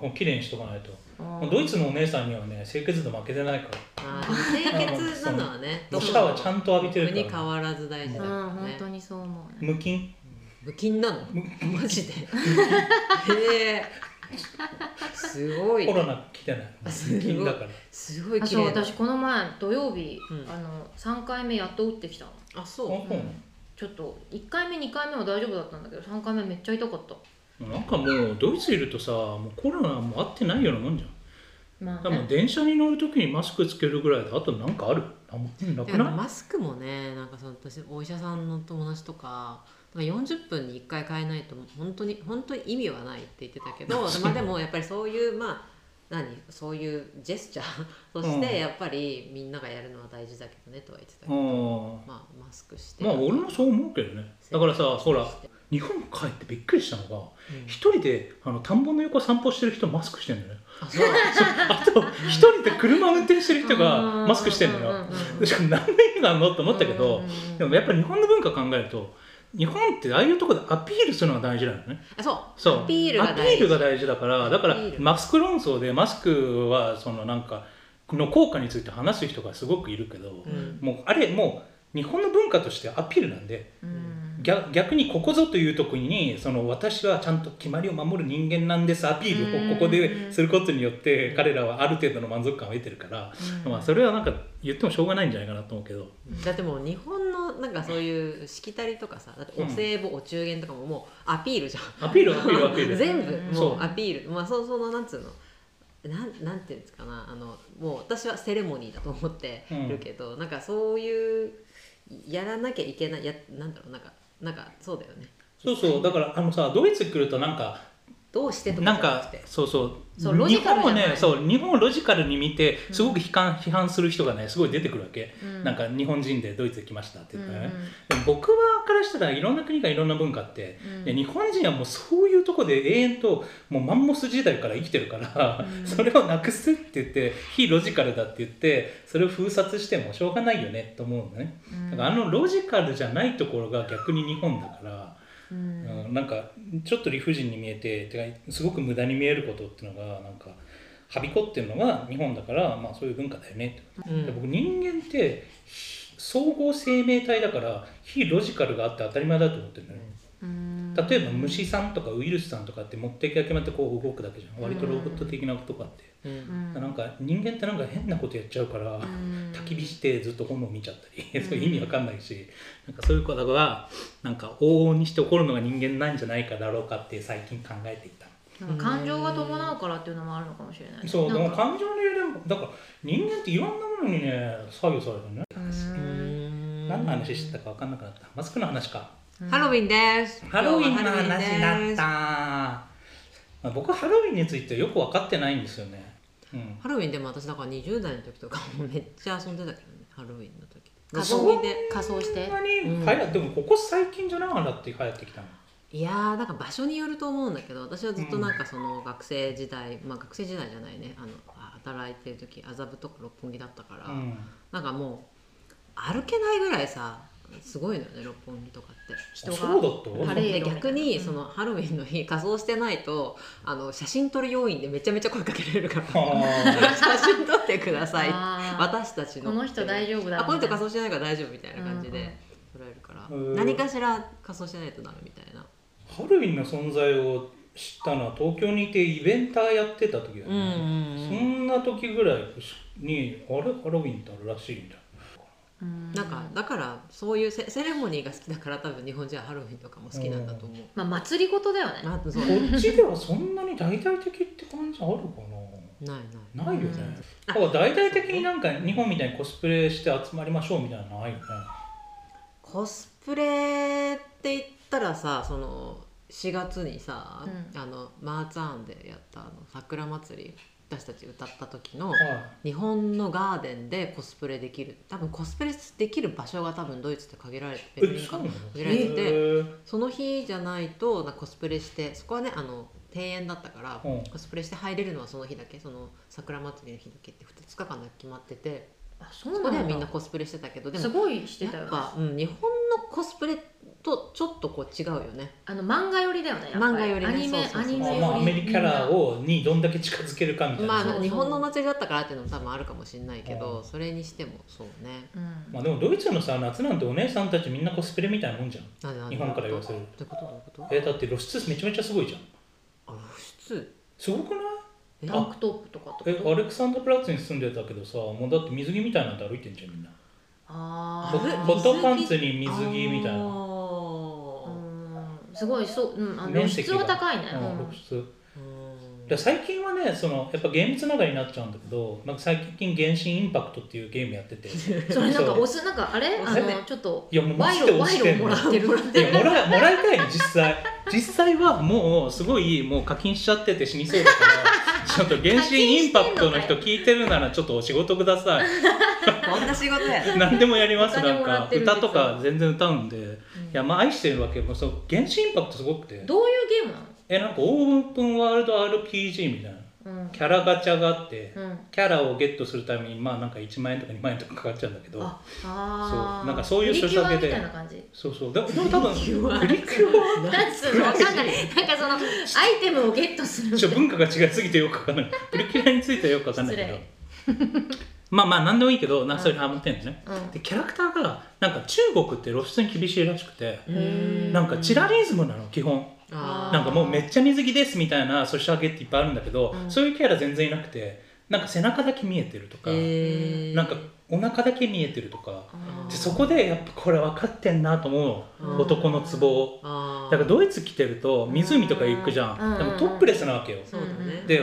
Speaker 3: こう綺麗にしとかないと、
Speaker 1: うん
Speaker 3: ドイツのお姉さんにはね清潔度負けてないから
Speaker 2: あーでも清潔なのは ね
Speaker 3: もう
Speaker 2: ど
Speaker 3: シ
Speaker 2: こ
Speaker 3: ャワーちゃんと浴びてる
Speaker 2: に
Speaker 3: か
Speaker 2: 変
Speaker 3: ら
Speaker 2: わらず大事
Speaker 1: う
Speaker 2: だか
Speaker 1: ん
Speaker 2: ら
Speaker 1: 本
Speaker 2: ね
Speaker 1: 当にそう思うね
Speaker 3: 無菌
Speaker 2: 無菌なのマジ でへえすごい
Speaker 3: コロナ来てない
Speaker 2: あすご
Speaker 3: 無
Speaker 2: い
Speaker 3: 菌だから
Speaker 2: すごい
Speaker 1: あ
Speaker 2: 綺
Speaker 1: そう
Speaker 2: 麗だ
Speaker 1: 私この前土曜日、
Speaker 2: うん
Speaker 1: あの3回目やっと打ってきたの
Speaker 2: あ
Speaker 3: あ
Speaker 2: そ
Speaker 3: そう
Speaker 1: ちょっと1回目2回目は大丈夫だったんだけど3回目めっちゃ痛かった
Speaker 3: なんかもうドイツいるとさもうコロナもう合ってないようなもんじゃん
Speaker 1: まあ、
Speaker 3: でも
Speaker 1: ね
Speaker 3: う、電車に乗る時にマスクつけるぐらいであとなんかあるなんもな
Speaker 2: う
Speaker 3: く
Speaker 2: で
Speaker 3: ない
Speaker 2: マスクもねなんかその私お医者さんの友達とかなんか40分に1回変えないと本当に本当に意味はないって言ってたけどまあでもやっぱりそういうまあ何そういうジェスチ ャーとしてやっぱりみんながやるのは大事だけどねとは言ってたけど、
Speaker 3: うん
Speaker 2: まあマスクして
Speaker 3: まあ俺もそう思うけどねだからさほら日本帰ってびっくりしたのが
Speaker 2: うん
Speaker 3: 一人であの田んぼの横散歩してる人マスクしてんだよね
Speaker 2: あそう
Speaker 3: あと一人で車運転してる人がマスクしてんだ
Speaker 1: う
Speaker 3: よ
Speaker 1: んうんうん
Speaker 3: でしかも何の意味があるのと思ったけ
Speaker 2: う
Speaker 3: ど
Speaker 2: んうんうん
Speaker 3: でもやっぱり日本の文化考えると日本ってああいうところでアピールするのが大事なのね
Speaker 2: あそう
Speaker 3: そう
Speaker 2: アピールが
Speaker 3: アピ
Speaker 2: 大
Speaker 3: ー
Speaker 2: 事
Speaker 3: ルが大事だからだから
Speaker 2: アピール
Speaker 3: マスク論争でマスクはそのなんかの効果について話す人がすごくいるけど、
Speaker 2: うん
Speaker 3: もうあれもう日本の文化としてアピールなんで
Speaker 1: うん
Speaker 3: 逆逆にここぞという時にその私はちゃんと決まりを守る人間なんですアピールをここですることによって彼らはある程度の満足感を得てるから、まあ、それはなんか言ってもしょうがないんじゃないかなと思うけど、
Speaker 2: だってもう日本のなんかそういうしきたりとかさだってお歳暮、お中元とかももうアピールじゃ
Speaker 3: ア
Speaker 2: ん
Speaker 3: ピー ルアピールアピール
Speaker 2: 全部
Speaker 1: うん
Speaker 2: も
Speaker 3: そう
Speaker 2: うアピールまあそそのなんつうのなんなんていうんですかなあのもう私はセレモニーだと思ってるけど、なんかそういうやらなきゃいけないやなんだろうなんかなんかそうだよね
Speaker 3: そうそうだからあのさドイツ来るとなんか
Speaker 2: どうしてとか
Speaker 3: なん
Speaker 2: じゃな
Speaker 3: か
Speaker 2: くて
Speaker 3: そうそう
Speaker 1: そうロジカル
Speaker 3: 日本を
Speaker 1: じゃ
Speaker 3: ね
Speaker 1: ない
Speaker 3: そう日本をロジカルに見てすごく批判,、批判する人がねすごい出てくるわけ、
Speaker 1: うん
Speaker 3: なんか日本人でドイツ来ましたって言ったらね、
Speaker 1: うんうん
Speaker 3: でも僕はからしたらいろんな国がいろんな文化あって、
Speaker 1: うん
Speaker 3: で日本人はもうそういうとこで永遠ともうマンモス時代から生きてるから、それをなくすって言って非ロジカルだって言ってそれを封殺してもしょうがないよねと思うんだね、だからあのロジカルじゃないところが逆に日本だから。
Speaker 1: うん
Speaker 3: うんなんかちょっと理不尽に見えててかすごく無駄に見えることっていうのがなんかはびこってるのが日本だから、まあ、そういう文化だよねって、
Speaker 2: うん
Speaker 3: 僕人間って総合生命体だから非ロジカルがあって当たり前だと思ってるんだよね、
Speaker 1: うん
Speaker 3: 例えば虫さんとかウイルスさんとかって持っていき決まってこう動くだけじゃん割とロボット的なことがあって、
Speaker 2: うん
Speaker 1: うん
Speaker 3: なんか人間ってなんか変なことやっちゃうから、
Speaker 1: うん
Speaker 3: 焚き火してずっと炎見ちゃったり そういう意味わかんないし、なんかそういうことがなんか往々にして起こるのが人間なんじゃないかだろうかって最近考えていた
Speaker 1: なんか感情が伴うからっていうのもあるのかもしれない
Speaker 3: そう
Speaker 1: な
Speaker 3: でも
Speaker 1: んか
Speaker 3: 感情の揺れもだから人間っていろんなものにね作用されるね、
Speaker 1: うん
Speaker 3: 何の話してたか分かんなくなったマスクの話か
Speaker 2: ハロウィンです
Speaker 3: ハロウィンの話
Speaker 2: 今日はハロウィ
Speaker 3: だ
Speaker 2: ンで
Speaker 3: っ
Speaker 2: す
Speaker 3: た、まあ、僕はハロウィンについてよく分かってないんですよね、うん、
Speaker 2: ハロウィンでも私だから20代の時とかもめっちゃ遊んでたけどねハロウィンの時
Speaker 1: 仮
Speaker 2: 遊び
Speaker 1: 装
Speaker 2: で
Speaker 1: 仮装し
Speaker 3: そん
Speaker 1: て
Speaker 3: なに流行ってもここ最近じゃなかったって流行ってきたの
Speaker 2: いやーなんか場所によると思うんだけど私はずっとなんかその学生時代、まあ学生時代じゃないねあのあ働いてる時麻布とか六本木だったから、
Speaker 3: うん
Speaker 2: なんかもう歩けないぐらいさすごいのよね六本木とかって人
Speaker 3: そうだ
Speaker 2: が。
Speaker 3: った
Speaker 1: パ
Speaker 2: あ
Speaker 1: レード
Speaker 2: れで逆に
Speaker 1: うん
Speaker 2: そのハロウィンの日仮装してないとあの写真撮る要員でめちゃめちゃ声かけられるから写真撮ってください
Speaker 1: あー
Speaker 2: 私たちの
Speaker 1: この人大丈夫だ
Speaker 2: あこの人仮装してないから大丈夫みたいな感じで撮られるから、
Speaker 3: うん
Speaker 2: 何かしら仮装してないとダメみたいな
Speaker 3: ハロウィンの存在を知ったのは東京にいてイベンターやってた時だよ
Speaker 2: うん
Speaker 3: ね、そんな時ぐらいにあれハロウィンってあるらしいんだ
Speaker 1: うん
Speaker 2: なんかだからそういうセセレモニーが好きだから多分日本人はハロウィンとかも好きなんだと思う。
Speaker 1: まあ祭り事だよね
Speaker 2: あそうない
Speaker 3: こっちではそんなに大々的って感じあるか
Speaker 2: ない。
Speaker 3: なないよね、だ
Speaker 2: あ
Speaker 3: から大々的になんか日本みたいにコスプレして集まりましょうみたいなのないよね
Speaker 2: コスプレって言ったらさその4月にさ、
Speaker 1: う
Speaker 2: あのマーツアーンでやったあの桜祭り私たち歌った時の
Speaker 3: は
Speaker 2: 日本のガーデンでコスプレできる多分コスプレできる場所が多分ドイツって限られて
Speaker 3: いえ
Speaker 2: ベルリン
Speaker 3: そ
Speaker 2: か
Speaker 3: うなの
Speaker 2: 限られてて
Speaker 3: へー
Speaker 2: その日じゃないとなんかコスプレしてそこはねあの庭園だったから、
Speaker 3: うん
Speaker 2: コスプレして入れるのはその日だけその桜祭りの日だけって2日間だけ決まってて
Speaker 1: あそ
Speaker 2: そう
Speaker 1: な
Speaker 2: こ
Speaker 1: ん
Speaker 2: で
Speaker 1: だ
Speaker 2: はみんなコスプレしてたけどですも
Speaker 1: ごいしてた
Speaker 2: や
Speaker 1: よ
Speaker 2: っ
Speaker 1: ね
Speaker 2: ぱ、うん、日本のコスプレとちょっとこう違うよね
Speaker 1: あの漫画寄りだよねやっぱり
Speaker 2: 漫画寄りね
Speaker 1: アニメ
Speaker 2: そう
Speaker 1: ア
Speaker 2: そうそう
Speaker 1: ニ
Speaker 3: まあ
Speaker 1: メ
Speaker 3: まあア
Speaker 1: 寄
Speaker 3: メ
Speaker 1: り
Speaker 3: リカキャラをにどんだけ近づけるかみたいな、
Speaker 2: まあ
Speaker 1: そうそう
Speaker 2: 日本のお祭りだったからっていうのも多分あるかもしれないけど、それにしてもそうね
Speaker 1: みんなうん
Speaker 3: まあ、でもドイツのさ夏なんてお姉さんたちみんなコスプレみたいなもんじゃん
Speaker 2: なんでなん
Speaker 3: 日
Speaker 2: で
Speaker 3: 本から言わせる
Speaker 2: どういうことどういうこと
Speaker 3: えだって露出めちゃめちゃすごいじゃん
Speaker 2: あ露出
Speaker 3: すごくない
Speaker 2: え
Speaker 1: タンクトップとかって
Speaker 3: え
Speaker 1: こと
Speaker 3: アレクサンダープラッツに住んでたけどさもうだって水着みたいなんて歩いてんじゃんみんな
Speaker 1: あ
Speaker 3: ホ
Speaker 1: ー
Speaker 3: ホットパンツに水着みたい
Speaker 2: あ
Speaker 3: な
Speaker 1: う
Speaker 2: ー
Speaker 1: んすごいそう、うん、あの露
Speaker 3: 面積
Speaker 1: 出
Speaker 3: が
Speaker 1: は高いね、
Speaker 3: うん
Speaker 1: うん
Speaker 3: 露出
Speaker 2: うん
Speaker 3: で最近はねそのやっぱゲームつながりになっちゃうんだけどなんか最近「原神インパクト」っていうゲームやっててい
Speaker 1: それなんか
Speaker 3: そう
Speaker 1: 押すなんかあれあ
Speaker 3: 押せ
Speaker 1: のちょっと
Speaker 3: やもうマ
Speaker 1: 賄
Speaker 3: ジで
Speaker 1: 賂賄
Speaker 3: 押して
Speaker 1: 賂
Speaker 3: ん
Speaker 1: も
Speaker 3: の
Speaker 1: らってる
Speaker 3: やもらもらいたいの実際実際はもうすごいもう課金しちゃってて死にそうだからちょっと原神インパクトの人聞いてるならちょっとお仕事く ださい
Speaker 2: こんな仕事や
Speaker 3: 何でもやります
Speaker 1: お
Speaker 3: な
Speaker 1: 金
Speaker 3: ん
Speaker 1: もら
Speaker 3: か
Speaker 1: ってるんです
Speaker 3: 歌
Speaker 1: よ
Speaker 3: とか全然歌うんで、いやまあ愛してるわけもうそう原始インパクトすごくて
Speaker 1: どういうゲーム
Speaker 3: えなんかオープンワールド RPG みたいな
Speaker 1: なの、うん
Speaker 3: キャラガチャがあって、
Speaker 1: うん、
Speaker 3: キャラをゲットするためにまあなんか1万円とか2万円とかかかっちゃうんだけど
Speaker 1: ああ
Speaker 3: そうなんかそういう
Speaker 1: プリキュア
Speaker 3: するだけで
Speaker 1: みたいな感じ
Speaker 3: そうそうでもでも多分
Speaker 2: プリキュア
Speaker 3: プリキュア
Speaker 1: だってそのわ かんないなんかそのアイテムをゲットするみ
Speaker 3: ち
Speaker 1: た
Speaker 3: ょ
Speaker 1: い
Speaker 3: 文化が違いすぎてよくわかんないプリキュアについてはよくわかんないけどまあまあ何でもいいけどなそういうのハマってんのね、
Speaker 1: な、うん
Speaker 3: でキャラクターがなんか中国って露出に厳しいらしくて、
Speaker 1: ん
Speaker 3: なんかチラリズムなの基本
Speaker 2: あ
Speaker 3: なんかもうめっちゃ水着ですみたいなソシャゲっていっぱいあるんだけど、
Speaker 1: うん
Speaker 3: そういうキャラ全然いなくてなんか背中だけ見えてるとか、
Speaker 2: えー
Speaker 3: なんかお腹だけ見えてるとか
Speaker 1: あ
Speaker 3: でそこでやっぱこれ分かってんなと思うの
Speaker 2: うん
Speaker 3: 男のツボを
Speaker 2: あー
Speaker 3: だからドイツ来てると湖とか行くじゃ
Speaker 1: うん
Speaker 3: んでもトップレスなわけよ
Speaker 2: そうだね
Speaker 3: で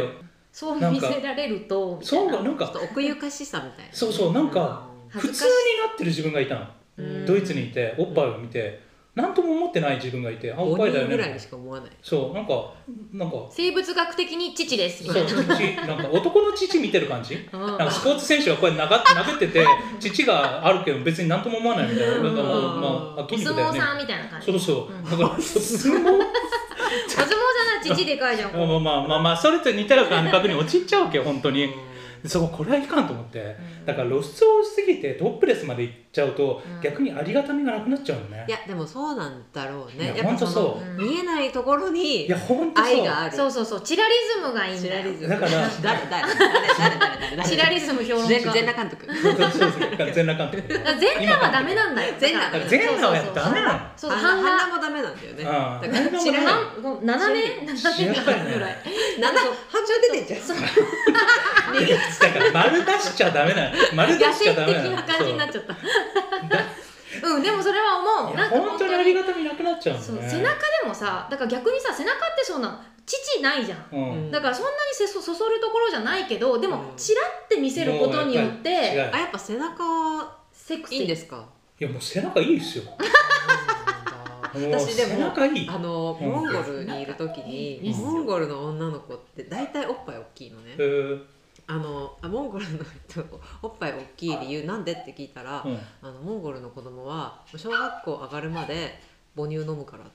Speaker 1: そう見せられるとみたい
Speaker 3: そう
Speaker 1: な
Speaker 3: なん
Speaker 2: ちょっ
Speaker 3: か
Speaker 2: と奥ゆかしさみたいな
Speaker 3: そうそうなんか普
Speaker 1: 恥ず
Speaker 3: 通
Speaker 1: か
Speaker 3: に
Speaker 1: し
Speaker 3: なってる自分がいたの
Speaker 2: うん
Speaker 3: ドイツにいておっぱいを見て何とも思ってない自分がいてあおっぱ
Speaker 2: 5
Speaker 3: いだよ
Speaker 2: 人ぐらい
Speaker 3: ね
Speaker 2: にしか思わない
Speaker 3: そうなんかなんか
Speaker 1: 生物学的に父ですみ
Speaker 3: そ
Speaker 1: たいうな
Speaker 3: 父なんか男の父見てる感じ
Speaker 1: うん
Speaker 3: なんかスポーツ選手がこうやって殴って殴ってて父があるけど別に何とも思わないみたいななんかもうまあ
Speaker 1: お
Speaker 3: 筋
Speaker 1: 相
Speaker 3: 肉だよ
Speaker 1: 撲
Speaker 3: ね
Speaker 1: さんみたいな感じ
Speaker 3: そうそうだから相撲
Speaker 1: お相撲さんなら父でか いじゃん
Speaker 3: まあまあまあまあそれと似たような感覚に陥っちゃうわけよ本当にそうこれはいかんと思ってだから露出をしすぎてトップレスまでいっちゃうと
Speaker 1: うん
Speaker 3: 逆にありがたみがなくなっちゃうのね
Speaker 2: いやでもそうなんだろうね
Speaker 3: いや
Speaker 2: やっぱそ
Speaker 3: ほんと
Speaker 2: の
Speaker 1: そう
Speaker 2: 見えないところ
Speaker 3: い
Speaker 2: に
Speaker 3: や本当そ
Speaker 2: 愛
Speaker 3: う
Speaker 2: がある
Speaker 1: そうそうそうチラリズムがいいん
Speaker 2: チ
Speaker 1: だ
Speaker 2: ラ
Speaker 1: よ
Speaker 2: リズム
Speaker 3: だから
Speaker 2: 誰誰誰誰誰誰
Speaker 1: チラリズム評論家
Speaker 2: 全全裸監督
Speaker 3: そうそう全裸監督
Speaker 1: だから全裸はダメなんだよ
Speaker 2: 全裸
Speaker 1: だから
Speaker 3: 全裸はやっぱダメなの
Speaker 1: そうそうそう半
Speaker 2: 半
Speaker 1: 裸
Speaker 2: 裸もダメなんだよねだ
Speaker 3: あ
Speaker 2: か
Speaker 3: ー
Speaker 2: らチラリ
Speaker 3: 半
Speaker 2: 半
Speaker 3: 裸
Speaker 1: 半斜め斜めぐらいぐらい
Speaker 2: 裸半裸出てんじゃん
Speaker 3: だから丸出しちゃダメなの丸出
Speaker 1: 野
Speaker 3: しち
Speaker 1: 生
Speaker 3: ゃダメな
Speaker 1: 的
Speaker 3: の
Speaker 1: な感じになっちゃった
Speaker 3: だ
Speaker 1: うんでもそれは思う
Speaker 3: いや
Speaker 1: なんか
Speaker 3: 本当にありがたみなくなっちゃう
Speaker 1: そ
Speaker 3: の
Speaker 1: う
Speaker 3: ね
Speaker 1: 背中でもさだから逆にさ背中ってそんな乳ないじゃん
Speaker 3: うん
Speaker 1: だからそんなにせそそそるところじゃないけどでも
Speaker 2: うん
Speaker 1: チラって見せることによっ
Speaker 3: もうや
Speaker 1: て
Speaker 3: ぱり
Speaker 2: あ
Speaker 3: 違う
Speaker 2: やっぱ背中
Speaker 1: セクシ
Speaker 2: いいん
Speaker 1: ー
Speaker 2: ですか
Speaker 3: いやもう背中いいですよもう
Speaker 2: 私でも
Speaker 3: 背中いい
Speaker 2: あの
Speaker 3: うん
Speaker 2: モンゴルにいる時に
Speaker 3: うん
Speaker 2: モンゴルの女の子って大体おっぱい大きいのね
Speaker 3: えー
Speaker 2: あのあモンゴルの人おっぱい大きい理由なんでって聞いたら、
Speaker 3: うん
Speaker 2: あのモンゴルの子供は小学校上がるまで母乳飲むから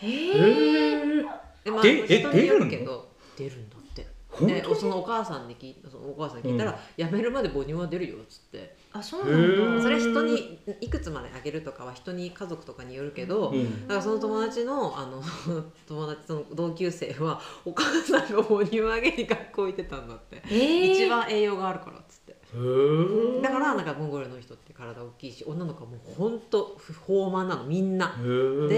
Speaker 1: え
Speaker 3: え
Speaker 1: ー
Speaker 3: ー
Speaker 2: でまあ
Speaker 3: でえ
Speaker 2: 人によるけど出るんだって
Speaker 3: 本
Speaker 2: で
Speaker 3: 当
Speaker 2: そのお母さんに聞いそのお母さんに聞いたら、
Speaker 3: うん
Speaker 2: やめるまで母乳は出るよっつって
Speaker 1: あそうなんだ
Speaker 2: それ人にいくつまであげるとかは人に家族とかによるけど、
Speaker 3: うん
Speaker 2: だからその友達のあの 友達その同級生はお母さんが母乳をあげに学校行ってたんだって、
Speaker 1: えー
Speaker 2: 一番栄養があるからっつって
Speaker 3: えー
Speaker 2: だからなんかモンゴルの人って体大きいし女の子はもうほんと豊満なのみんな
Speaker 3: へー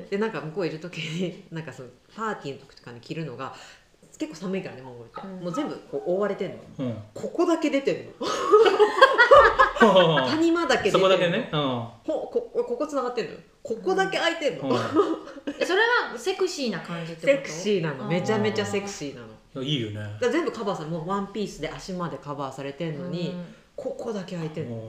Speaker 2: ででなんか向こういる時に なんかそのパーティーの時とかに着るのが結構寒いからねモンゴルって、
Speaker 1: うん
Speaker 2: もう全部こう覆われてんの
Speaker 3: うん
Speaker 2: ここだけ出てんの
Speaker 3: は
Speaker 2: 谷間だけ
Speaker 3: あ
Speaker 2: 出て
Speaker 3: そ
Speaker 2: ん
Speaker 3: こ
Speaker 2: の
Speaker 3: だけねうん
Speaker 2: ほこここつながってんのよここだけ開いてんの、
Speaker 3: う
Speaker 1: えそれはセクシーな感じって
Speaker 2: セ
Speaker 1: こ
Speaker 2: ク
Speaker 1: と
Speaker 2: シーな
Speaker 1: あ
Speaker 2: の
Speaker 1: ー
Speaker 2: めちゃめちゃセクシーなの
Speaker 3: んいいよね
Speaker 2: だから全部カバーされもうワンピースで足までカバーされてんのに、
Speaker 1: うん
Speaker 2: ここだけ開いてんの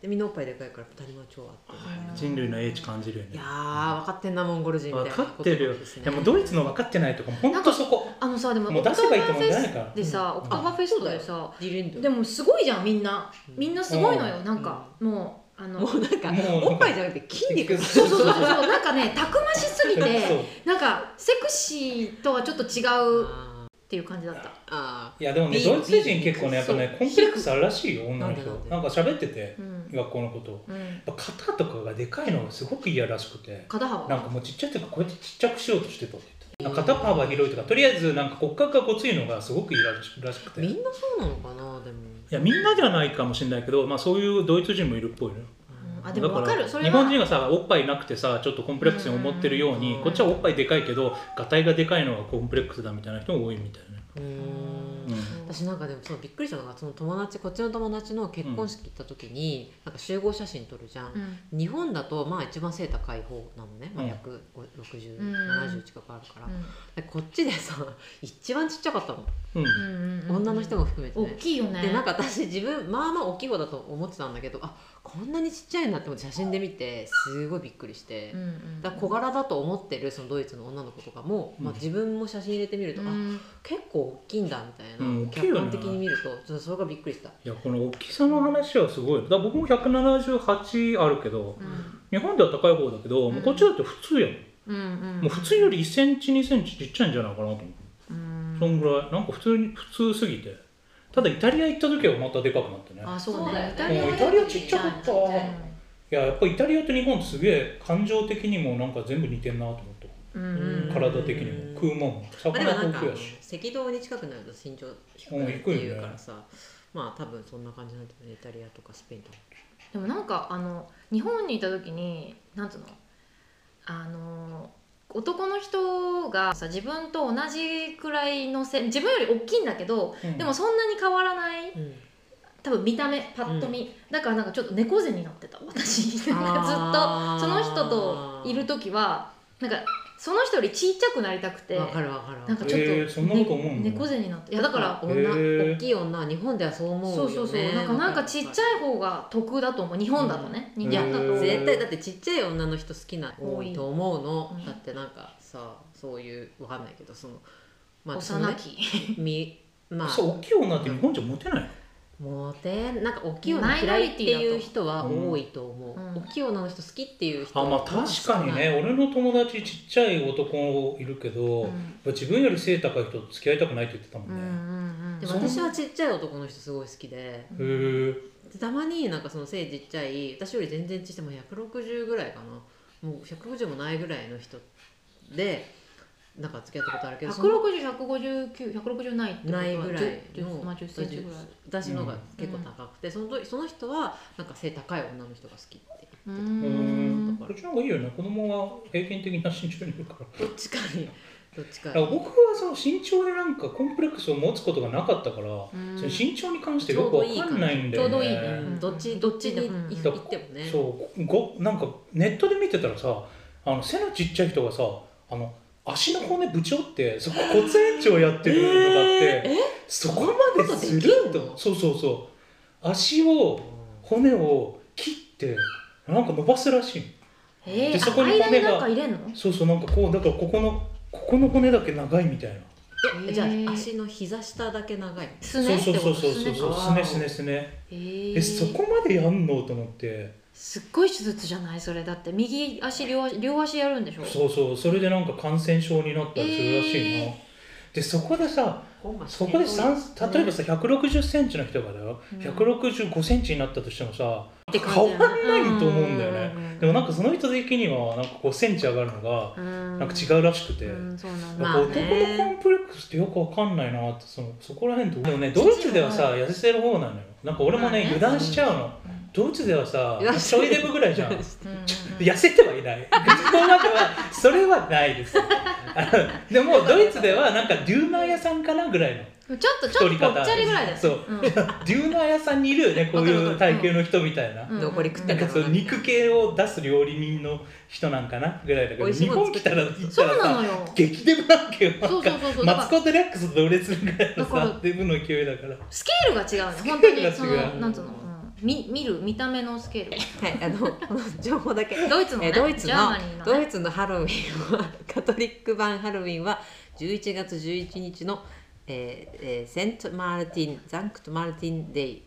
Speaker 2: でみんなおっぱいでかいから谷間超あって
Speaker 3: うん人類の英知感じるよ
Speaker 2: い
Speaker 3: ね
Speaker 2: やー分かってんなモンゴル人みたい
Speaker 3: 分
Speaker 2: な
Speaker 3: かってるよ
Speaker 2: ですね
Speaker 3: でもドイツの分かってないとかも本当そこ
Speaker 1: あのさでも
Speaker 3: もう出せばいいと思うんじゃないから
Speaker 1: でさ、
Speaker 2: うん
Speaker 1: オクターバーフェストでさ、
Speaker 2: ディレンド
Speaker 1: でもすごいじゃんみんな
Speaker 2: うん
Speaker 1: みんなすごいのよ、なんか、もうあの
Speaker 2: もうなんか
Speaker 3: もう
Speaker 2: おっぱいじゃなくて筋肉が
Speaker 1: そうそうそうそうなんかねたくましすぎ
Speaker 3: そう
Speaker 1: てなんかセクシーとはちょっと違うっ
Speaker 2: あ
Speaker 1: ていう感じだった
Speaker 2: ーあ
Speaker 3: いやでもね
Speaker 2: ビ
Speaker 3: ドイツ人結構ねやっぱね
Speaker 2: そう
Speaker 3: コンプレックスあるらしいよ女の人
Speaker 2: なんで
Speaker 3: な
Speaker 2: なん
Speaker 3: か喋ってて
Speaker 1: うん、
Speaker 3: 学校のことや
Speaker 1: うん、
Speaker 3: っぱ肩とかがでかいのがすごく嫌らしくて
Speaker 1: 肩幅
Speaker 3: なんかもうちっちゃい時こうやってちっちゃくしようとしてたって言ってた肩幅広いとかとりあえずなんか骨格がごついのがすごく嫌らしらしく
Speaker 2: ー
Speaker 3: て
Speaker 2: み
Speaker 3: い
Speaker 2: んなそうなのかなでも
Speaker 3: やみんなじゃないかもしれないけどまあそういうドイツ人もいるっぽいね
Speaker 1: うんあでも分かるそれ
Speaker 3: 日
Speaker 1: は
Speaker 3: 本人がさおっぱいなくてさちょっとコンプレックスに思ってるように
Speaker 2: うん
Speaker 3: こっちはおっぱいでかいけどがたいがでかいのがコンプレックスだみたいな人も多いみたいなね
Speaker 2: うーん
Speaker 3: うん
Speaker 2: 私なんかでもそうびっくりしたのがその友達こっちの友達の結婚式行った時に、なんか集合写真撮るじゃん、
Speaker 1: うん
Speaker 2: 日本だとまあ一番背高い方なのね、まあ、
Speaker 3: うん
Speaker 2: 約6070、
Speaker 1: うん
Speaker 2: 70近くあるから、でこっちでさ 一番ちっちゃかったの、
Speaker 3: うん
Speaker 1: うんうんうん
Speaker 2: 女の人も含めて
Speaker 1: 大
Speaker 2: ね。
Speaker 1: きいよね
Speaker 2: でなんか私自分まあまあ大きい方だと思ってたんだけどあこんなにちっちゃいんだって思って写真で見てすごいびっくりして、
Speaker 1: うんうん
Speaker 2: だから小柄だと思ってるそのドイツの女の子とかも、まあ、
Speaker 3: うん
Speaker 2: 自分も写真入れてみると、
Speaker 1: う
Speaker 2: あ
Speaker 1: ん
Speaker 2: 結構大きいんだみたいな、
Speaker 3: うん大きい
Speaker 2: 客
Speaker 3: よね
Speaker 2: 観的に見るとちょっとそれがびっくりした。
Speaker 3: いやこの大きさの話はすごいだから僕も178あるけど
Speaker 1: うん
Speaker 3: 日本では高い方だけど、
Speaker 1: うん
Speaker 3: もうこっちだと普通やん
Speaker 1: うんうん
Speaker 3: もう普通より1センチ2センチちっちゃいんじゃないかなと思
Speaker 1: う
Speaker 3: う
Speaker 1: ん
Speaker 3: そんぐらいなんか普通に普通すぎてただイタリア行った時はまたでかくなってね
Speaker 1: あそう
Speaker 5: そうだよね
Speaker 1: ねイタリア
Speaker 3: もうイ
Speaker 1: は
Speaker 3: タリアちっちゃかった
Speaker 1: うん
Speaker 3: いややっぱイタリアと日本ってすげえ感情的にもなんか全部似てんなと思った
Speaker 1: うんうん
Speaker 2: うん
Speaker 3: 体的に
Speaker 2: うん
Speaker 3: も食うもんも
Speaker 2: まあ、でもな
Speaker 3: 魚
Speaker 2: ん
Speaker 3: も
Speaker 2: かあ
Speaker 3: 食う
Speaker 2: の
Speaker 3: やし
Speaker 2: 赤道に近くなると身長低くなるっていうからさ、まあ多分そんな感じなんだよねイタリアとかスペインとか。
Speaker 1: でもなんかあの日本にいた時になんつうのあの男の人がさ自分と同じくらいのせ自分より大きいんだけど、
Speaker 3: うん
Speaker 1: でもそんなに変わらない
Speaker 2: うん
Speaker 1: 多分見た目パッと見、だからなんかちょっと猫背になってた私 なんかずっとその人といる時はなんかその人よりちっちゃくなりたくて
Speaker 2: わかるわかるわ
Speaker 1: な
Speaker 2: か
Speaker 1: ん
Speaker 2: る
Speaker 1: かちょっと、
Speaker 3: へえそんなこと思うの
Speaker 1: ね猫背になっていやだから
Speaker 2: 女、
Speaker 3: へー
Speaker 2: 大きい女は日本ではそう思うよ
Speaker 1: そう
Speaker 2: ね
Speaker 1: そうそうなんかなんかちっちゃい方が得だと思う日本だとね、
Speaker 3: うん
Speaker 1: 日本だと
Speaker 3: いや
Speaker 1: 思う
Speaker 2: 絶対だってちっちゃい女の人好きな
Speaker 1: 多
Speaker 2: 多
Speaker 1: い
Speaker 2: いと思うの、
Speaker 1: うん
Speaker 2: だってなんかさそういうわかんないけどそのまその
Speaker 1: 幼
Speaker 2: ね
Speaker 1: き
Speaker 2: みまあ
Speaker 3: そう大きい女って日本じゃモテない
Speaker 2: モテんなんか大きい女嫌いっていう人は多いと思
Speaker 1: う
Speaker 2: う、
Speaker 1: ん
Speaker 2: 大きい女の人好きっていう人
Speaker 3: あまあ確かにね俺の友達ちっちゃい男いるけど、
Speaker 1: うん
Speaker 3: やっぱ自分より背高い人と付き合いたくないって言ってたも
Speaker 1: うんんう
Speaker 3: ね、
Speaker 1: んうん
Speaker 2: で
Speaker 1: で
Speaker 2: も
Speaker 1: も
Speaker 2: 私はちっちゃい男の人すごい好きで
Speaker 3: へえ
Speaker 2: たまになんかその背ちっちゃい私より全然ちっちゃいもう160ぐらいかなもう150もないぐらいの人でなんか付き合ったことあるけどその
Speaker 1: 160159ないってことは
Speaker 2: ないぐらい
Speaker 1: 10
Speaker 2: の
Speaker 1: まあ10センチぐらい
Speaker 2: 私の方が結構高くて、その時その人はなんか背高い女の人が好きって
Speaker 1: うー
Speaker 3: うんんこっちの方がいいよね子供は平均的な身長にいるから
Speaker 2: どっちかにどっちか
Speaker 3: だから
Speaker 2: に
Speaker 3: 僕はその身長でなんかコンプレックスを持つことがなかったから、
Speaker 1: ん
Speaker 3: その身長に関してよくわかんないんだよね
Speaker 1: ちょうどいいね
Speaker 2: うんどっち
Speaker 1: うん
Speaker 2: どっちに
Speaker 1: うん
Speaker 3: だ
Speaker 2: 行ってもね
Speaker 3: そうごなんかネットで見てたらさあの背のちっちゃい人がさあの足の骨ぶち折ってそこ骨延長やってるのがあって、そこまでする
Speaker 2: そんなことできん
Speaker 3: と
Speaker 2: の
Speaker 3: そうそうそう足を骨を切ってなんか伸ばすらしい
Speaker 1: え
Speaker 3: で
Speaker 1: ー、
Speaker 3: そこに
Speaker 1: あ間に
Speaker 3: 骨が
Speaker 1: なんか入れんの
Speaker 3: そうそうなんかこうだからここのここの骨だけ長いみたいな、
Speaker 2: いやじゃ
Speaker 1: へー
Speaker 2: あ足の膝下だけ長い
Speaker 1: すねって
Speaker 3: そう
Speaker 1: こ
Speaker 3: そう
Speaker 1: と
Speaker 3: そうそうそう
Speaker 1: す
Speaker 3: す
Speaker 1: ね
Speaker 3: ねすねすね
Speaker 1: え
Speaker 3: えそこまでやんのと思って
Speaker 1: すっごい手術じゃないそれだって右足両足両足やるんでしょ
Speaker 3: そうそうそれでなんか感染症になったりするらしいな、
Speaker 1: え
Speaker 3: でそこでさそこでさん例えばさ1 6 0センチの人がだよ、
Speaker 1: うん
Speaker 3: 1 6 5センチになったとしてもさ
Speaker 1: って
Speaker 3: 変
Speaker 1: 感
Speaker 3: わ
Speaker 1: じ
Speaker 3: ん
Speaker 1: だ
Speaker 3: ないと思うんだよね、
Speaker 1: うん
Speaker 3: でもなんかその人的にはなんか5センチ上がるのが
Speaker 1: うん
Speaker 3: なんか違うらしくて、
Speaker 1: うんそうなんだ
Speaker 3: な
Speaker 2: ま
Speaker 3: ん
Speaker 2: あ
Speaker 3: か
Speaker 2: ね
Speaker 3: 男のコンプレックスってよくわかんないなってそのそこら辺とでもねドイツではさ痩せてる方なのよなんか俺も
Speaker 1: まあね
Speaker 3: ね油断しちゃうの、ドイツではさ
Speaker 2: 油断し
Speaker 3: ち
Speaker 2: て
Speaker 3: ょ
Speaker 2: る
Speaker 3: いデブぐらいじゃん
Speaker 1: うんうんうん
Speaker 3: 痩せてはいない自分の中はそれはないですでもドイツではなんかリューマー屋さんかなぐらいの
Speaker 1: ちょっとちょっとぽっちゃりぐらいだよね
Speaker 3: そう
Speaker 1: うん
Speaker 3: リューマー屋さんにいるよねこういう体型の人みたいな、
Speaker 1: うん
Speaker 2: 残り食っ
Speaker 3: な
Speaker 2: て
Speaker 3: んか
Speaker 2: か
Speaker 3: その
Speaker 2: ら
Speaker 3: 肉系を出す料理人の人なんかなぐらいだけ
Speaker 2: 美
Speaker 3: ど
Speaker 2: 味しい
Speaker 3: 日
Speaker 2: もの
Speaker 3: 本来
Speaker 2: 作ったて
Speaker 3: ら
Speaker 2: る
Speaker 3: 行っ た
Speaker 1: そう
Speaker 3: ら
Speaker 1: な
Speaker 3: さ
Speaker 1: のよ
Speaker 3: 激デブなんけよ
Speaker 1: そうそうそうそう
Speaker 3: マツコ・デラックスと同列ぐらいの
Speaker 1: だから
Speaker 3: さデブの勢いだから
Speaker 1: スケールが違うね本
Speaker 3: ケ
Speaker 1: 当
Speaker 3: ール
Speaker 1: に
Speaker 3: が違う
Speaker 1: そのなんつうの、うん、見見る見た目のスケール
Speaker 2: はいあの この情報だけ
Speaker 1: ドイツのね
Speaker 2: えードイツ
Speaker 1: ジャーマニー
Speaker 2: の
Speaker 1: のね
Speaker 2: ドイツのハロウィンは カトリック版ハロウィンは11月11日の、えーえーセントマルティンザンクトマルティンデイ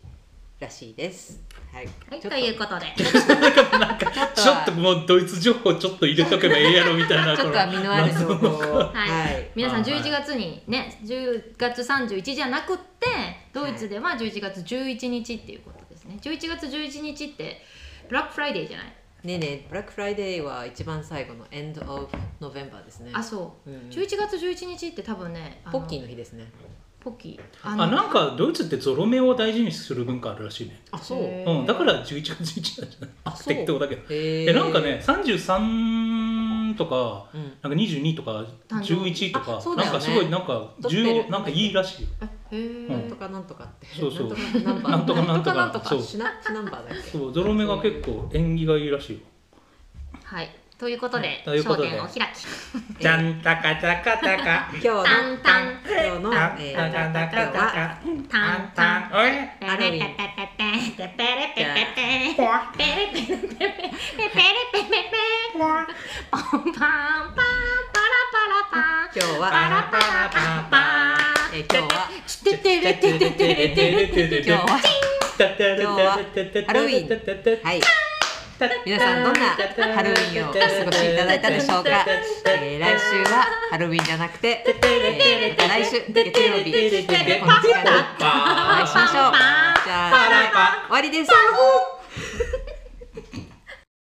Speaker 2: らしいです。はい。
Speaker 1: はい
Speaker 2: ちょ
Speaker 1: と
Speaker 2: っと
Speaker 1: いうことで
Speaker 3: ちょっともうドイツ情報ちょっと入れとけばええやろみたいな
Speaker 2: ち
Speaker 3: こと
Speaker 2: ょっ
Speaker 3: の
Speaker 2: は身のある情報を。
Speaker 1: はい、皆さん
Speaker 3: はいはい
Speaker 1: 11月にね10月31じゃなくってドイツでは11月11日っていうことですね11月11日ってブラックフライデーじゃない
Speaker 2: ねえねえ、ブラックフライデーは一番最後のエンドオブノベンバーですね。
Speaker 1: あそう、
Speaker 2: うんうん
Speaker 1: 11月11日って多分ねあの
Speaker 2: ポッキーの日ですね。
Speaker 1: ポッキー
Speaker 3: あ
Speaker 1: あ
Speaker 3: なんかドイツってゾロ目を大事にする文化あるらしいね、
Speaker 2: あそう。
Speaker 1: へ
Speaker 2: へ
Speaker 1: ー
Speaker 3: うん、だから11月11なんじゃない
Speaker 2: そう
Speaker 3: 適当だけど
Speaker 2: え
Speaker 3: えなんかね33とか
Speaker 2: うん
Speaker 3: なんか22とか
Speaker 1: 誕生日
Speaker 3: 11とか、
Speaker 2: あそうだ
Speaker 3: なん
Speaker 2: よね
Speaker 3: かすごいなんか
Speaker 2: 撮って
Speaker 3: 重
Speaker 2: る
Speaker 3: 要なんかいいらしいよ
Speaker 1: へえ、
Speaker 2: なんとかなんとかって
Speaker 3: そうそう
Speaker 2: なんとか
Speaker 3: なんとか
Speaker 2: ナンバー
Speaker 3: なんとか
Speaker 2: なんとか
Speaker 3: そう
Speaker 2: シナシナンバーだっけ
Speaker 3: そうゾロ目が結構縁起がいいらしいよ
Speaker 1: はいということで
Speaker 3: というこ
Speaker 1: 焦
Speaker 3: とで
Speaker 1: 点を開き
Speaker 3: じゃんたかたか たか
Speaker 2: 今日の
Speaker 1: タンタン
Speaker 2: 今日の
Speaker 3: あ
Speaker 2: え
Speaker 3: たかたかた
Speaker 2: ー
Speaker 3: か
Speaker 1: タンタン
Speaker 3: あおい
Speaker 1: ペレペペペペペレペペペペレペペペペペペペペポンパンパンパラパラパン
Speaker 2: 今日
Speaker 1: パ
Speaker 2: は
Speaker 1: ラパラパンパ
Speaker 2: えー今日は
Speaker 1: ンててれてててれてれて
Speaker 2: 今日ははい皆さんどんなハロウィンをお過ごしいただいたでしょうか、えー来週はハロウィンじゃなくて、えー来週月曜日この時間にお会いしましょうじゃあ終わりです